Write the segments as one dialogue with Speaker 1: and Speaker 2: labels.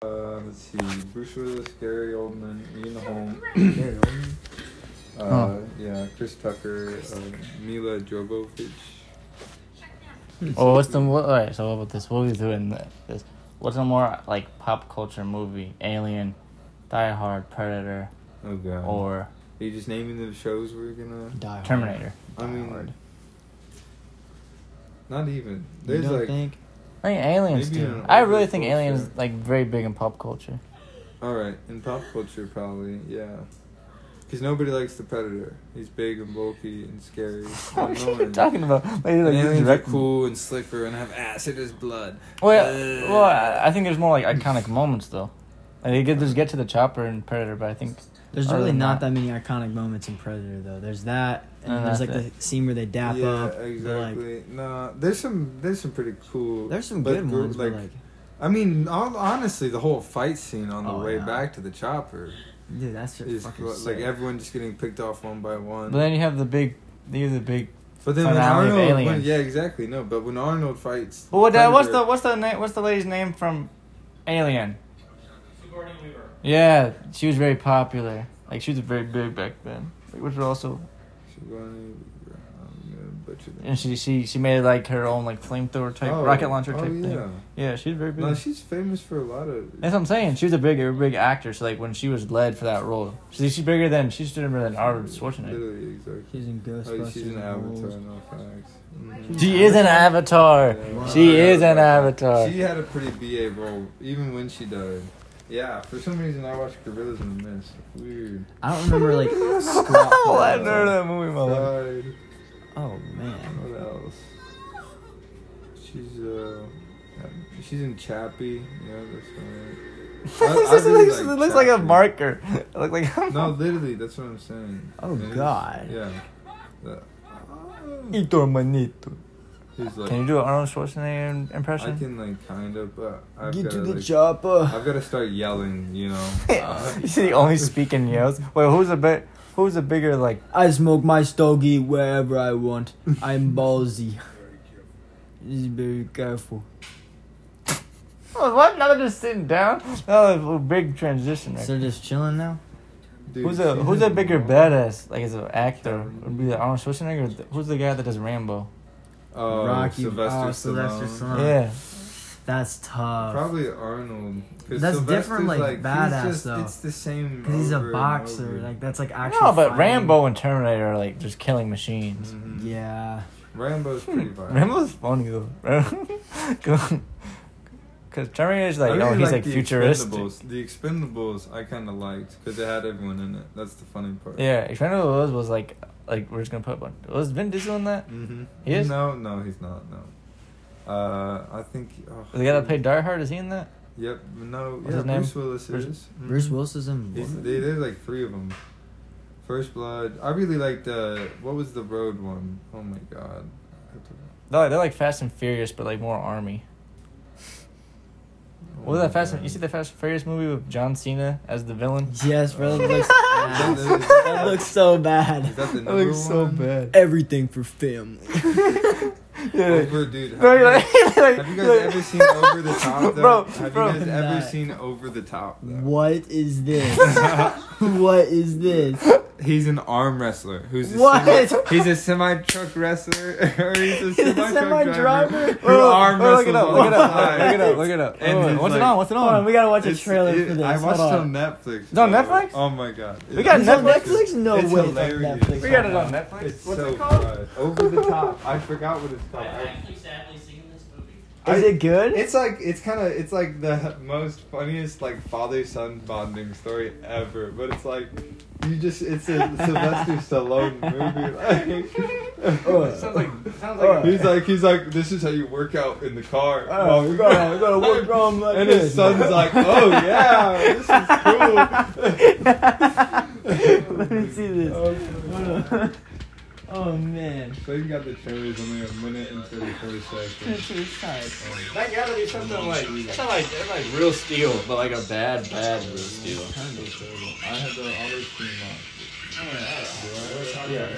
Speaker 1: Uh, let's see. Bruce Willis, Gary Oldman, Ian Holm.
Speaker 2: Gary Oldman.
Speaker 1: Uh,
Speaker 2: Oh.
Speaker 1: Yeah, Chris Tucker, uh, Mila Jovovich.
Speaker 3: Or what's the what, all right? So what about this? What are we doing this? What's a more like pop culture movie? Alien, Die Hard, Predator,
Speaker 1: Oh god. Are
Speaker 3: or
Speaker 1: you just naming the shows we're gonna?
Speaker 2: Die Hard.
Speaker 3: Terminator?
Speaker 1: I mean,
Speaker 2: Hard.
Speaker 1: not even.
Speaker 2: You
Speaker 1: There's
Speaker 2: don't
Speaker 1: like,
Speaker 2: think?
Speaker 3: I think aliens
Speaker 1: Maybe
Speaker 3: do.
Speaker 1: an
Speaker 3: I really
Speaker 1: older
Speaker 3: think
Speaker 1: culture.
Speaker 3: aliens like very big in pop culture.
Speaker 1: all right, in pop culture probably, yeah. Because nobody likes the Predator. He's big and bulky and scary.
Speaker 3: What
Speaker 1: No
Speaker 3: are you
Speaker 1: one-
Speaker 3: talking about? Like,
Speaker 1: And
Speaker 3: like,
Speaker 1: aliens are
Speaker 3: direct-
Speaker 1: cool and slicker and have acid as blood.
Speaker 3: Well,
Speaker 1: Uh,
Speaker 3: well, I- I think there's more like iconic moments though. Like they get, just get to the chopper and Predator, but I think
Speaker 2: There's
Speaker 3: Other
Speaker 2: really
Speaker 3: than
Speaker 2: not
Speaker 3: that-
Speaker 2: that many iconic moments in Predator though. There's that, and,
Speaker 3: And
Speaker 2: there's like
Speaker 3: that's
Speaker 2: the scene where they dap
Speaker 1: yeah,
Speaker 2: up. they're like-
Speaker 1: exactly. no, there's some there's some pretty cool.
Speaker 2: there's some
Speaker 1: but
Speaker 2: good
Speaker 1: gr-
Speaker 2: ones,
Speaker 1: Like,
Speaker 2: but like,
Speaker 1: I mean, all, honestly, the whole fight scene on the
Speaker 2: Oh,
Speaker 1: way
Speaker 2: yeah.
Speaker 1: back to the chopper
Speaker 2: dude, that's just
Speaker 1: is
Speaker 2: fucking
Speaker 1: like
Speaker 2: sick.
Speaker 1: everyone just getting picked off one by one.
Speaker 3: But then you have the big, you have the big.
Speaker 1: But then when
Speaker 3: Finale of
Speaker 1: Arnold, when-
Speaker 3: Aliens.
Speaker 1: yeah, exactly. No, but when Arnold fights,
Speaker 3: Well, what, uh, what's the
Speaker 1: Predator-
Speaker 3: what's the name? What's the lady's name from Alien?
Speaker 4: Sigourney Weaver.
Speaker 3: Yeah, she was very popular. Like she was very big back then, like, which was also
Speaker 1: Sigourney Weaver. I'm gonna butcher that.
Speaker 3: and she she she made like her own like flamethrower type
Speaker 1: Oh,
Speaker 3: rocket launcher
Speaker 1: oh,
Speaker 3: type
Speaker 1: yeah.
Speaker 3: thing. Yeah, she was very big.
Speaker 1: No, she's famous for a lot of.
Speaker 3: That's what I'm saying. She was a big a big actor. So like when she was led for that role, she, she's bigger than she's bigger than Arnold Schwarzenegger.
Speaker 1: Literally, exactly.
Speaker 2: She's in
Speaker 1: Oh,
Speaker 2: Ghostbusters.
Speaker 1: she's an
Speaker 2: and
Speaker 1: avatar,
Speaker 2: Wolves.
Speaker 1: no facts. Mhm.
Speaker 3: She is an avatar. She is an avatar.
Speaker 1: She had a pretty BA role, even when she died. Yeah, for some reason I watched Gorillas in the Mist. Weird.
Speaker 2: I don't remember like. squat from
Speaker 3: Oh,
Speaker 2: that.
Speaker 3: I've never heard of that movie in my life.
Speaker 1: Died.
Speaker 2: Oh man.
Speaker 1: What else? She's uh, she's in Chappie. Yeah, that's all right. I- I
Speaker 3: This
Speaker 1: really
Speaker 3: looks,
Speaker 1: like
Speaker 3: it looks like a
Speaker 1: Chappie.
Speaker 3: marker. It looked like a
Speaker 1: No, literally, that's what I'm saying.
Speaker 2: Oh,
Speaker 1: It is-
Speaker 2: God.
Speaker 1: Yeah. The-
Speaker 3: Ito manito.
Speaker 1: He's like,
Speaker 3: Can you do an Arnold Schwarzenegger im-
Speaker 1: I
Speaker 3: impression?
Speaker 1: can like kind of, but I've
Speaker 2: Get
Speaker 1: gotta,
Speaker 2: to the
Speaker 1: like,
Speaker 2: chopper.
Speaker 1: I've got to start yelling, you know.
Speaker 3: you see, he only speaking yells. Wait, who's a bit? Who's a bigger like?
Speaker 2: I smoke my stogie wherever I want. I'm ballsy. Just be careful.
Speaker 3: Oh, what? Now they're just sitting down. Now there's a big transition. There.
Speaker 2: So they're just chilling now.
Speaker 1: Dude,
Speaker 3: Who's a
Speaker 1: she's
Speaker 3: Who's
Speaker 1: in
Speaker 3: a bigger
Speaker 1: Raw.
Speaker 3: badass? Like as an actor, would be the Arnold Schwarzenegger. Or th- who's the guy that does Rambo?
Speaker 1: Oh,
Speaker 2: Rocky-
Speaker 1: Sylvester
Speaker 2: oh, Sylvester
Speaker 1: Stallone.
Speaker 2: Stallone. Uh,
Speaker 3: yeah,
Speaker 2: That's tough.
Speaker 1: Probably Arnold. 'cause
Speaker 2: That's
Speaker 1: Sylvester's,
Speaker 2: different, like,
Speaker 1: he's
Speaker 2: badass,
Speaker 1: just-
Speaker 2: though.
Speaker 1: It's the same.
Speaker 2: Cause he's a
Speaker 1: over and
Speaker 2: boxer.
Speaker 1: over.
Speaker 2: Like that's like actually.
Speaker 3: no, but
Speaker 2: fighting.
Speaker 3: Rambo and Terminator are like just killing machines.
Speaker 1: Mhm.
Speaker 2: Yeah.
Speaker 1: Rambo's pretty violent.
Speaker 3: Hmm. Rambo's funny though, because Terminator's like
Speaker 1: I
Speaker 3: oh
Speaker 1: really
Speaker 3: he's like,
Speaker 1: the
Speaker 3: futuristic.
Speaker 1: Expendables. The Expendables I kind of liked because it had everyone in it. That's the funny part.
Speaker 3: Yeah, Expendables was, was like like we're just gonna put a bunch. Was Vin Diesel in that?
Speaker 1: Mm-hmm.
Speaker 3: He is?
Speaker 1: No, no, he's not. No. Uh, I think. Oh,
Speaker 3: The guy that
Speaker 1: dude.
Speaker 3: played Die Hard is he in that?
Speaker 1: Yep. No. yeah.
Speaker 3: What's his name?
Speaker 1: Bruce Willis
Speaker 3: Bruce-
Speaker 1: is. Mhm.
Speaker 2: Bruce Willis is in.
Speaker 1: He's,
Speaker 2: one.
Speaker 1: they, there's like three of them. First Blood. I really liked the what was the road one? Oh my god. I have to-
Speaker 3: No, they're like Fast and Furious, but like more army.
Speaker 1: oh
Speaker 3: What was
Speaker 1: my
Speaker 3: that Fast?
Speaker 1: God.
Speaker 3: And, you see the Fast and Furious movie with John Cena as the villain?
Speaker 2: Yes, bro. That looks,
Speaker 1: That
Speaker 2: ass.
Speaker 1: looks-
Speaker 2: that looks so bad.
Speaker 1: Is that the
Speaker 3: That
Speaker 1: number
Speaker 3: looks so
Speaker 1: one?
Speaker 3: bad.
Speaker 2: Everything for family.
Speaker 1: Over, dude. Have,
Speaker 3: Bro,
Speaker 1: you
Speaker 3: you're
Speaker 1: guys,
Speaker 3: like- like-
Speaker 1: have you guys
Speaker 3: like-
Speaker 1: ever seen Over the Top? Though?
Speaker 3: Bro,
Speaker 1: have
Speaker 3: bro.
Speaker 1: you guys ever
Speaker 2: Nah.
Speaker 1: seen Over the Top? Though?
Speaker 2: What is this? what is this?
Speaker 1: He's an arm wrestler. Who's a
Speaker 2: What?
Speaker 1: Semi, he's a semi truck wrestler, or he's a
Speaker 2: He's a
Speaker 1: semi
Speaker 2: semi
Speaker 1: truck driver.
Speaker 2: driver.
Speaker 1: Who
Speaker 3: Whoa,
Speaker 1: arm
Speaker 3: whoa,
Speaker 1: wrestles
Speaker 3: look it up,
Speaker 1: on
Speaker 3: look it up,
Speaker 1: the side.
Speaker 3: look it up, look it up.
Speaker 1: And
Speaker 3: Wait,
Speaker 1: he's
Speaker 3: what's it
Speaker 1: like-
Speaker 3: on? What's it
Speaker 2: Hold on,
Speaker 3: on?
Speaker 2: we gotta watch a
Speaker 1: It's-
Speaker 2: trailer
Speaker 1: it-
Speaker 2: for this.
Speaker 1: I watched
Speaker 2: Hold
Speaker 1: it
Speaker 2: on.
Speaker 1: on Netflix.
Speaker 3: It's on
Speaker 1: bro.
Speaker 3: Netflix?
Speaker 1: Oh my god!
Speaker 3: We got
Speaker 2: It's on
Speaker 3: Netflix?
Speaker 2: Netflix? No
Speaker 1: it's
Speaker 2: way. It's on
Speaker 1: Hilarious.
Speaker 2: Netflix.
Speaker 3: We got it on Netflix.
Speaker 1: It's
Speaker 3: What's
Speaker 1: so
Speaker 3: it called?
Speaker 1: good. Over the top. I forgot what it's called.
Speaker 4: I
Speaker 1: I-
Speaker 4: actually sadly seen this movie.
Speaker 2: Is
Speaker 1: I-
Speaker 2: it good?
Speaker 1: It's like it's kind of it's like the most funniest like father son bonding story ever. But it's like you just it's a Sylvester Stallone
Speaker 2: Oh,
Speaker 1: movie.
Speaker 3: Sounds like sounds
Speaker 2: like-
Speaker 3: like.
Speaker 1: he's like he's like this is how you work out in the car.
Speaker 2: Oh, we gotta, we gotta work on like
Speaker 1: and
Speaker 2: this.
Speaker 1: his son's like, oh yeah, this is cool.
Speaker 2: Let me see this.
Speaker 1: Okay.
Speaker 2: oh man.
Speaker 1: So you got the trailers only a minute and thirty four seconds.
Speaker 3: That gotta be something like that's not like that's like real steel, but like a bad bad real steel.
Speaker 1: Kind of terrible. I had the auto screen on. Yeah.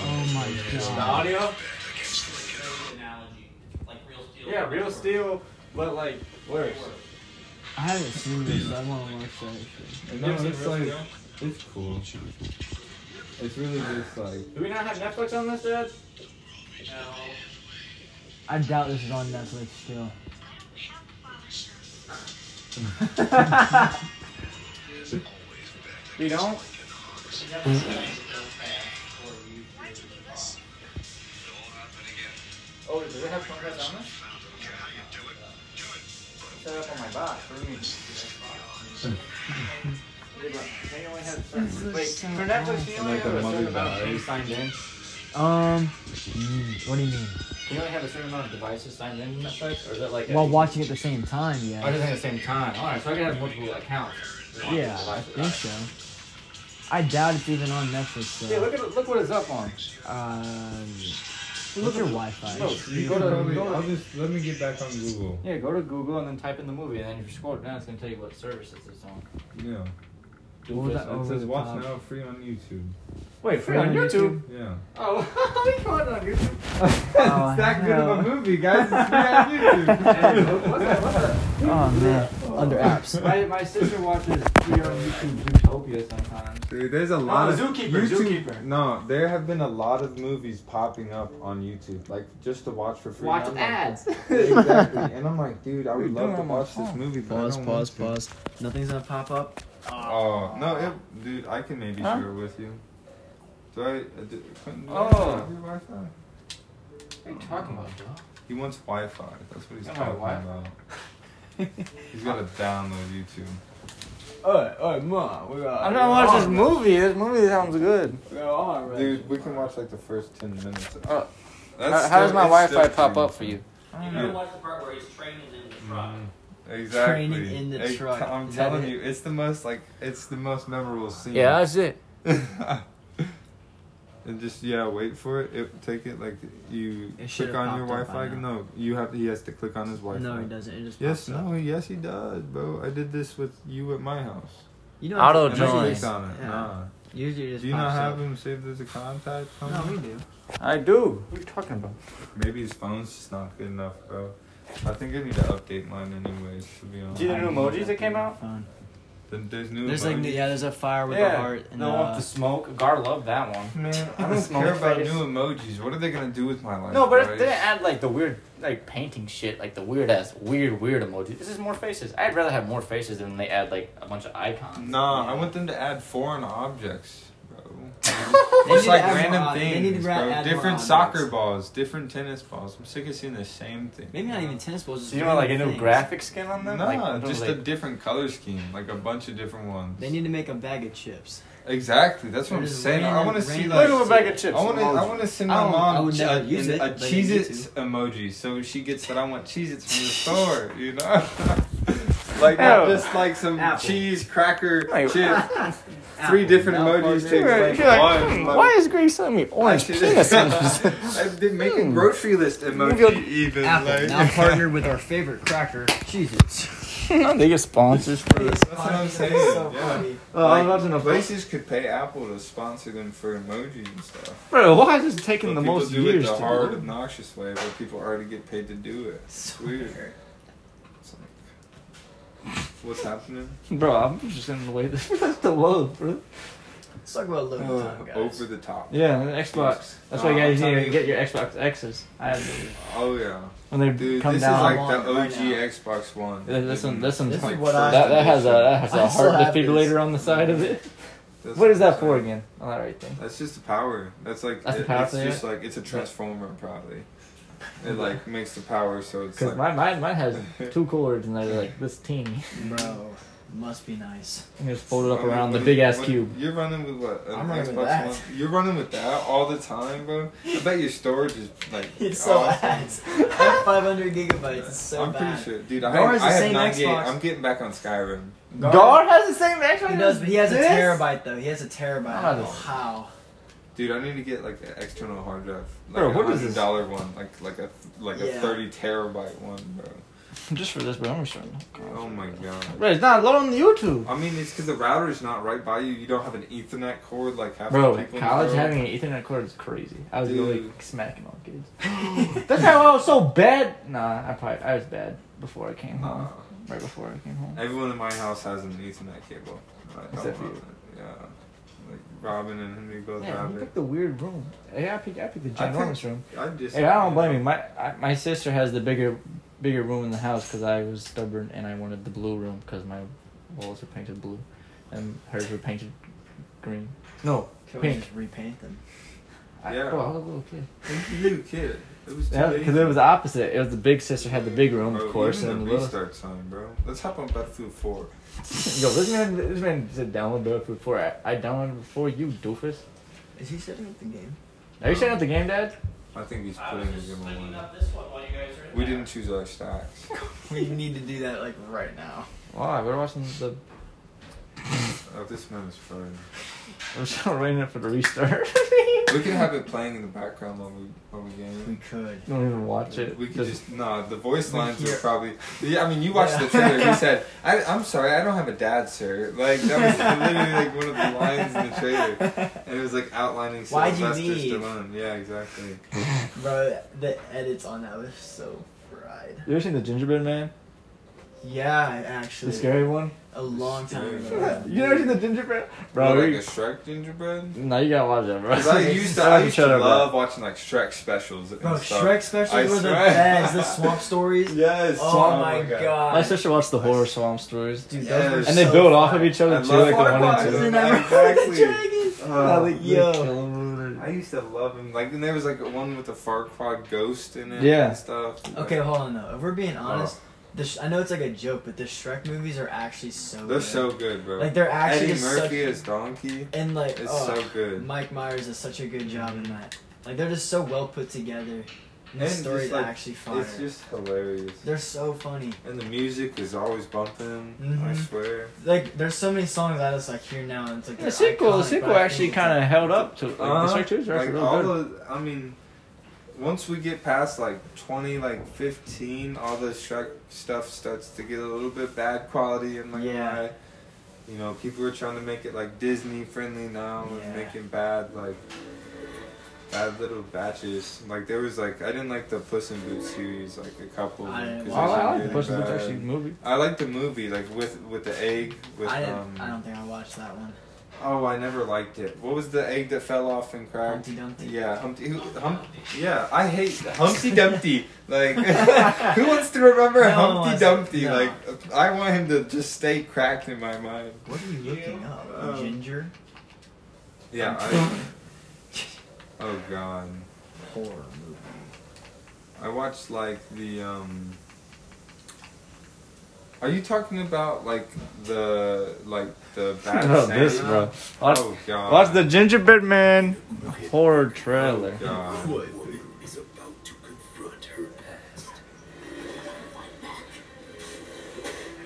Speaker 2: Oh my
Speaker 3: The
Speaker 2: god.
Speaker 3: audio.
Speaker 4: Very good analogy. Like real steel Steel.
Speaker 3: Yeah, real steel, but like worse.
Speaker 2: I haven't seen this. I want to watch that. Actually.
Speaker 1: And
Speaker 3: You ever
Speaker 1: no,
Speaker 3: seen
Speaker 1: it's
Speaker 3: Real
Speaker 1: like
Speaker 3: Steel?
Speaker 1: it's cool. It's really just like
Speaker 3: Do we not have Netflix on this, Dad?
Speaker 2: I doubt this is on Netflix still.
Speaker 3: We don't. Oh, does it have Comcast on this? Set up on my box. What do you mean? Yeah, but they only have certain- Wait, for Netflix, you only
Speaker 1: Like the
Speaker 3: have a certain
Speaker 1: mother
Speaker 3: amount of
Speaker 1: dies.
Speaker 3: things signed in.
Speaker 2: Um, what do you mean?
Speaker 3: You only have a certain amount of devices signed in to Netflix, or is it like a-
Speaker 2: While watching at the same time,
Speaker 3: Oh,
Speaker 2: yeah.
Speaker 3: everything at the same time. All right, so I can have multiple accounts.
Speaker 2: Yeah, I think so. I doubt it's even on Netflix
Speaker 3: Yeah,
Speaker 2: though.
Speaker 3: look at look what it's up on.
Speaker 2: Um, what's your
Speaker 3: Look,
Speaker 2: Wi-Fi?
Speaker 3: you
Speaker 1: you
Speaker 3: go
Speaker 1: could
Speaker 3: to
Speaker 1: probably,
Speaker 3: go to-
Speaker 1: I'll just let me get back on Google.
Speaker 3: Yeah, go to Google and then type in the movie, and then if you scroll down, it's gonna tell you what services it's on.
Speaker 1: Yeah.
Speaker 2: What was that Oh, uh,
Speaker 1: It
Speaker 2: over
Speaker 1: says
Speaker 2: the
Speaker 1: watch
Speaker 2: top?
Speaker 1: now free on YouTube.
Speaker 3: Wait,
Speaker 2: free on YouTube?
Speaker 1: Yeah.
Speaker 3: Oh, we caught it on YouTube.
Speaker 2: Oh,
Speaker 1: it's that good of a
Speaker 2: hell.
Speaker 1: movie, guys. It's free on YouTube.
Speaker 3: Hey, what- what's that? What's that?
Speaker 2: Oh man, under apps.
Speaker 3: My, my sister watches free on YouTube Zootopia sometimes.
Speaker 1: Dude, there's a lot of
Speaker 3: Zookeeper,
Speaker 1: YouTube-
Speaker 3: Zookeeper.
Speaker 1: No, there have been a lot of movies popping up on YouTube, like just to watch for free.
Speaker 3: Watch
Speaker 1: And I'm like-
Speaker 3: ads.
Speaker 1: exactly, and I'm like, dude, I would
Speaker 3: Dude,
Speaker 1: love
Speaker 3: no,
Speaker 1: to
Speaker 3: I'm on
Speaker 1: watch this
Speaker 3: phone.
Speaker 1: movie, but I
Speaker 2: Pause,
Speaker 1: don't
Speaker 2: pause,
Speaker 1: want
Speaker 2: pause. Nothing's gonna pop up.
Speaker 1: to. Oh no, it, dude, I can maybe
Speaker 3: Huh?
Speaker 1: share it with you. Do I? Uh, do, Quentin, do I
Speaker 3: Oh.
Speaker 1: have your Wi-Fi?
Speaker 3: What are you talking about, dog?
Speaker 1: He wants Wi-Fi. That's what he's
Speaker 3: Oh, my
Speaker 1: talking
Speaker 3: Wi-
Speaker 1: about. He's gotta download YouTube.
Speaker 2: Alright, alright, ma, we got.
Speaker 3: I'm not watching this movie. This movie sounds good.
Speaker 2: We got on, right?
Speaker 1: Dude, we can watch like the first ten minutes. Of
Speaker 3: Oh.
Speaker 1: That's
Speaker 3: how, how does
Speaker 1: still-
Speaker 3: my
Speaker 1: it's still
Speaker 3: Wi-Fi pop
Speaker 1: free.
Speaker 3: up for you?
Speaker 4: You gotta watch the part where he's training in the truck.
Speaker 1: Exactly.
Speaker 2: Training in the
Speaker 1: Hey,
Speaker 2: truck.
Speaker 1: I'm
Speaker 2: Is that
Speaker 1: telling
Speaker 2: it?
Speaker 1: you, it's the most like it's the most memorable scene.
Speaker 3: Yeah, that's it.
Speaker 1: and just yeah, wait for it. it take it like you
Speaker 2: It should
Speaker 1: click
Speaker 2: have
Speaker 1: on your
Speaker 2: popped up by
Speaker 1: Wi-Fi.
Speaker 2: now.
Speaker 1: No, you have he has to click on his Wi-Fi.
Speaker 2: No, he doesn't. It just
Speaker 1: Yes,
Speaker 2: pops up.
Speaker 1: no, yes he does, bro. I did this with you at my house.
Speaker 2: You know,
Speaker 5: Auto
Speaker 1: And
Speaker 2: it's-
Speaker 1: I
Speaker 5: join.
Speaker 1: clicked on it.
Speaker 2: Yeah.
Speaker 1: Nah.
Speaker 2: Usually, it just
Speaker 1: Do you
Speaker 2: pops
Speaker 1: not have
Speaker 2: up.
Speaker 1: him saved as a contact?
Speaker 2: No, we do.
Speaker 3: I do. What are you talking about?
Speaker 1: Maybe his phone's just not good enough, bro. I think I need to update mine anyways. To be honest.
Speaker 3: See the new emojis that came out?
Speaker 2: Fun.
Speaker 1: Then There's new.
Speaker 2: There's like
Speaker 1: emojis.
Speaker 2: yeah, there's a fire with a heart and
Speaker 3: no,
Speaker 2: uh,
Speaker 3: the smoke. Gar loved that one.
Speaker 1: Man, I
Speaker 3: The
Speaker 1: don't
Speaker 3: smiley
Speaker 1: care about
Speaker 3: face.
Speaker 1: new emojis. What are they gonna do with my life?
Speaker 3: No, but if
Speaker 1: guys?
Speaker 3: they didn't add like the weird, like painting shit, like the weird ass, weird, weird emoji. This is more faces. I'd rather have more faces than they add like a bunch of icons.
Speaker 1: Nah, I want them to add foreign objects, bro.
Speaker 2: They
Speaker 1: Just
Speaker 2: need to
Speaker 1: like
Speaker 2: add more
Speaker 1: random
Speaker 2: ob- they
Speaker 1: things,
Speaker 2: need to ra-
Speaker 1: bro.
Speaker 2: add more
Speaker 1: Different
Speaker 2: objects.
Speaker 1: soccer balls, different tennis balls. I'm sick of seeing the same thing.
Speaker 2: Maybe not even tennis balls. Just
Speaker 3: So you want like a
Speaker 2: random
Speaker 3: new
Speaker 2: things.
Speaker 3: graphic skin on them?
Speaker 1: Nah,
Speaker 3: like, those,
Speaker 1: just a
Speaker 3: like,
Speaker 1: different color scheme, like a bunch of different ones.
Speaker 2: They need to make a bag of chips.
Speaker 1: exactly. That's what I'm
Speaker 2: Just
Speaker 1: saying. I
Speaker 2: random-
Speaker 1: want to see
Speaker 2: random-
Speaker 1: like.
Speaker 3: Little bag of chips.
Speaker 1: I want to.
Speaker 3: emoji.
Speaker 1: I want to send my
Speaker 2: I don't- I
Speaker 1: mom
Speaker 2: would
Speaker 1: ch-
Speaker 2: never
Speaker 1: a,
Speaker 2: use it,
Speaker 1: a
Speaker 2: but I
Speaker 1: Cheez
Speaker 2: need
Speaker 1: Its emoji, so she gets that I want Cheez Its from the store. You know, like not
Speaker 3: Ew.
Speaker 1: just like some
Speaker 2: Apple.
Speaker 1: cheese cracker
Speaker 3: Like-
Speaker 1: chip. Three different
Speaker 2: Apple.
Speaker 1: emojis
Speaker 3: You're
Speaker 1: takes like,
Speaker 3: you're like,
Speaker 1: one.
Speaker 3: "Hmm,
Speaker 1: like-
Speaker 3: why is Grace selling me orange
Speaker 1: Actually,
Speaker 3: penis? Hmm.
Speaker 1: I did make a grocery list emoji
Speaker 3: Google-
Speaker 1: even.
Speaker 2: Apple
Speaker 1: like-
Speaker 2: now partnered with our favorite cracker, Jesus.
Speaker 3: they get sponsors for this.
Speaker 1: That's what I'm saying. yeah.
Speaker 2: Oh,
Speaker 1: Like, places could pay Apple to sponsor them for emojis and stuff.
Speaker 3: Bro, why is this
Speaker 1: But
Speaker 3: taking the
Speaker 1: people
Speaker 3: most
Speaker 1: do
Speaker 3: years
Speaker 1: it the
Speaker 3: to
Speaker 1: hard,
Speaker 3: do?
Speaker 1: obnoxious way, but people already get paid to do it. It's weird. It's like, what's happening?
Speaker 3: it? Bro, I'm just in the way this that's the load, bro.
Speaker 2: Let's talk about
Speaker 1: uh,
Speaker 2: load time, guys.
Speaker 1: over the top.
Speaker 3: Yeah, an Xbox. That's why
Speaker 1: Nah,
Speaker 3: you
Speaker 1: I'm
Speaker 3: guys
Speaker 1: telling
Speaker 3: need to
Speaker 1: you-
Speaker 3: get your Xbox X's. I have those.
Speaker 1: Oh yeah,
Speaker 3: when they
Speaker 1: dude,
Speaker 3: come
Speaker 1: this
Speaker 3: down.
Speaker 1: is
Speaker 2: I'm
Speaker 1: like the
Speaker 2: on it right
Speaker 1: OG
Speaker 2: now.
Speaker 1: Xbox One.
Speaker 3: Yeah, this one, this one's
Speaker 2: This
Speaker 3: like-
Speaker 2: is what I-
Speaker 3: that, that has a that has a
Speaker 2: I still
Speaker 3: heart
Speaker 2: have this.
Speaker 3: defibrillator on the side of it.
Speaker 1: That's
Speaker 3: What is
Speaker 1: what I'm
Speaker 3: that for
Speaker 1: saying.
Speaker 3: again? Oh, that right thing.
Speaker 1: That's just the power. That's like
Speaker 3: That's the
Speaker 1: it-
Speaker 3: power
Speaker 1: it's
Speaker 3: for
Speaker 1: just
Speaker 3: it?
Speaker 1: like it's a transformer probably. It like makes the power so it's
Speaker 3: Because
Speaker 1: like
Speaker 3: mine, mine, mine has two coolers and they're like this teeny.
Speaker 2: Bro, must be nice.
Speaker 3: And it's folded up
Speaker 1: I mean,
Speaker 3: around the
Speaker 1: Oh, what-
Speaker 3: big ass
Speaker 1: what-
Speaker 3: cube.
Speaker 1: You're running with what? an
Speaker 2: I'm running with
Speaker 1: Xbox
Speaker 2: that.
Speaker 1: One? You're running with that all the time, bro. I bet your storage is like.
Speaker 2: It's so
Speaker 1: awesome.
Speaker 2: bad. 500 gigabytes. It's so
Speaker 1: I'm
Speaker 2: bad.
Speaker 1: pretty sure, dude. I,
Speaker 2: Nor
Speaker 1: have,
Speaker 2: is the
Speaker 1: I have
Speaker 2: same
Speaker 1: not get,
Speaker 2: Xbox.
Speaker 1: I'm getting back on Skyrim.
Speaker 3: Gar has the same actually.
Speaker 2: He does, but he has a
Speaker 3: this?
Speaker 2: terabyte though. He has a terabyte. I don't know how.
Speaker 1: Dude, I need to get like an external hard drive, like
Speaker 3: Bro,
Speaker 1: a
Speaker 3: what is
Speaker 1: hundred
Speaker 3: this?
Speaker 1: dollar one, like like a like a
Speaker 2: Yeah.
Speaker 1: thirty terabyte one, bro.
Speaker 6: Just for this, bro. I'm restarting.
Speaker 1: Oh my god.
Speaker 6: Bro, it's not loaded on YouTube.
Speaker 1: I mean, it's because the router's not right by you. You don't have an Ethernet cord like half the
Speaker 3: Bro,
Speaker 1: people. in the
Speaker 3: college
Speaker 1: world.
Speaker 3: having an Ethernet cord is crazy. I was really
Speaker 1: Dude.
Speaker 3: smacking on kids. That's how I was so bad. Nah, I probably I was bad before I came home.
Speaker 1: Nah.
Speaker 3: Right before I came home.
Speaker 1: Everyone in my house has an Ethernet cable. Like,
Speaker 3: Except for
Speaker 1: all of
Speaker 3: you.
Speaker 1: them. Yeah. Like Robin and Henry both
Speaker 3: Yeah,
Speaker 1: have
Speaker 3: you
Speaker 1: it.
Speaker 3: picked the weird room. Yeah, I picked, I picked the
Speaker 1: I
Speaker 3: ginormous room.
Speaker 1: I just.
Speaker 3: Hey, I don't blame you. My I, my sister has the bigger bigger room in the house because I was stubborn and I wanted the blue room because my walls were painted blue, and hers were painted green. No,
Speaker 2: Can we
Speaker 3: pink.
Speaker 2: just repaint them?
Speaker 3: I,
Speaker 1: Yeah.
Speaker 3: bro, I was a little kid.
Speaker 1: you. You kid. It was too
Speaker 3: Yeah, because it was the opposite. It was the big sister had the big room,
Speaker 1: Bro,
Speaker 3: of course,
Speaker 1: even
Speaker 3: and the
Speaker 1: the
Speaker 3: little.
Speaker 1: restart time, bro. Let's hop on Battlefield 4.
Speaker 3: Yo, this man, this man said download Battlefield 4. I, I downloaded it before you, doofus.
Speaker 2: Is he setting up the game?
Speaker 3: Are you setting up the game, Dad?
Speaker 1: I think he's
Speaker 4: I was
Speaker 1: putting the
Speaker 4: just
Speaker 1: game
Speaker 4: cleaning
Speaker 1: away.
Speaker 4: up this one while you guys are in
Speaker 1: We
Speaker 4: there.
Speaker 1: didn't choose our stacks.
Speaker 2: We need to do that like right now.
Speaker 3: Why? We're watching the.
Speaker 1: Oh, this man is fun.
Speaker 3: We're still waiting for the restart.
Speaker 1: We can have it playing in the background while we while we
Speaker 2: We
Speaker 1: game.
Speaker 2: could.
Speaker 3: You don't even watch it.
Speaker 1: We could just nah. The voice
Speaker 2: We
Speaker 1: lines are
Speaker 2: hear-
Speaker 1: probably. Yeah, I mean, you watched the
Speaker 2: Yeah.
Speaker 1: trailer. He said, I, "I'm sorry, I don't have a dad, sir." Like that was literally like one of the lines in the trailer, and it was like outlining
Speaker 2: Why'd you
Speaker 1: Sylvester
Speaker 2: leave?
Speaker 1: Stallone. Yeah, exactly.
Speaker 2: Bro, the edits on that was so fried.
Speaker 3: You ever seen the Gingerbread Man?
Speaker 2: Yeah, actually.
Speaker 3: The scary one?
Speaker 2: A long time ago.
Speaker 3: you never seen the Gingerbread?
Speaker 1: Bro,
Speaker 3: Bro,
Speaker 1: like
Speaker 3: we-
Speaker 1: a Shrek gingerbread.
Speaker 3: no, you gotta watch that, bro.
Speaker 1: 'Cause I used to,
Speaker 3: That was
Speaker 1: I
Speaker 3: a
Speaker 1: used
Speaker 3: trailer,
Speaker 1: to
Speaker 3: bro.
Speaker 1: love watching like Shrek specials. And
Speaker 2: Bro,
Speaker 1: stuff.
Speaker 2: Shrek specials
Speaker 1: I
Speaker 2: were the
Speaker 1: swear.
Speaker 2: best. The swamp stories.
Speaker 1: Yes.
Speaker 2: Oh, my god.
Speaker 3: My sister watched the horror swamp stories.
Speaker 2: Dude,
Speaker 1: Yeah,
Speaker 2: those were
Speaker 3: And they
Speaker 2: so
Speaker 3: build off of
Speaker 2: fun.
Speaker 3: each other
Speaker 1: I
Speaker 3: too,
Speaker 1: love
Speaker 3: like the
Speaker 1: horror
Speaker 3: one
Speaker 1: I
Speaker 3: and
Speaker 1: love
Speaker 3: two.
Speaker 1: it.
Speaker 2: Isn't that right?
Speaker 1: Exactly.
Speaker 2: The dragons.
Speaker 1: Uh,
Speaker 2: Like, yo.
Speaker 1: I used to love him. Like, and there was like one with a Farquaad ghost in it
Speaker 3: Yeah.
Speaker 1: and stuff.
Speaker 2: Okay, hold on though. If we're
Speaker 1: Oh.
Speaker 2: being honest, the sh- I know it's like a joke, but the Shrek movies are actually so.
Speaker 1: they're
Speaker 2: good.
Speaker 1: so good, bro.
Speaker 2: Like they're actually
Speaker 1: Eddie
Speaker 2: just
Speaker 1: Murphy
Speaker 2: such,
Speaker 1: as Donkey
Speaker 2: and like
Speaker 1: is
Speaker 2: oh,
Speaker 1: so good.
Speaker 2: Mike Myers does such a good job in that. Like they're just so well put together. And the
Speaker 1: And
Speaker 2: story's
Speaker 1: just, like,
Speaker 2: actually fire.
Speaker 1: It's just hilarious.
Speaker 2: They're so funny.
Speaker 1: And the music is always bumping. I
Speaker 2: Mhm.
Speaker 1: swear.
Speaker 2: Like there's so many songs I just like hear now, and it's like
Speaker 3: The
Speaker 2: they're
Speaker 3: sequel,
Speaker 2: iconic,
Speaker 3: the
Speaker 2: but
Speaker 3: sequel
Speaker 2: I think
Speaker 3: actually
Speaker 2: it's,
Speaker 3: kind of
Speaker 2: like-
Speaker 3: held up to it. Like,
Speaker 1: Uh,
Speaker 3: the Shrek 2 is
Speaker 1: like
Speaker 3: actually
Speaker 1: all
Speaker 3: really good.
Speaker 1: the, I mean, once we get past like twenty, like fifteen, all the Shrek stuff starts to get a little bit bad quality and like
Speaker 2: Yeah.
Speaker 1: why, you know, people are trying to make it like Disney friendly now and
Speaker 2: Yeah.
Speaker 1: making bad like bad little batches. Like there was like I didn't like the Puss in Boots series, like a couple.
Speaker 2: I didn't
Speaker 1: because
Speaker 3: Oh, I
Speaker 2: It's
Speaker 3: I like
Speaker 2: really
Speaker 3: the Puss in Boots
Speaker 1: bad.
Speaker 3: actually movie.
Speaker 1: I like the movie, like with with the egg. With
Speaker 2: I didn't.
Speaker 1: um,
Speaker 2: I don't think I watched that one.
Speaker 1: Oh, I never liked it. What was the egg that fell off and cracked?
Speaker 2: Humpty Dumpty.
Speaker 1: Yeah, Humpty. Who, Hump, yeah, I hate Humpty Dumpty. Like, who wants to remember
Speaker 2: No one
Speaker 1: Humpty
Speaker 2: wants to-
Speaker 1: Dumpty?
Speaker 2: no.
Speaker 1: Like, I want him to just stay cracked in my mind.
Speaker 2: What are you looking up?
Speaker 1: Um,
Speaker 2: Ginger
Speaker 1: Yeah. I, oh God,
Speaker 2: horror movie.
Speaker 1: I watched like the. um Are you talking about like the like the bad?
Speaker 3: About this,
Speaker 1: Santa?
Speaker 3: bro. Watch,
Speaker 1: oh God.
Speaker 3: watch the Gingerbread Man horror trailer.
Speaker 1: God.
Speaker 7: is about to confront her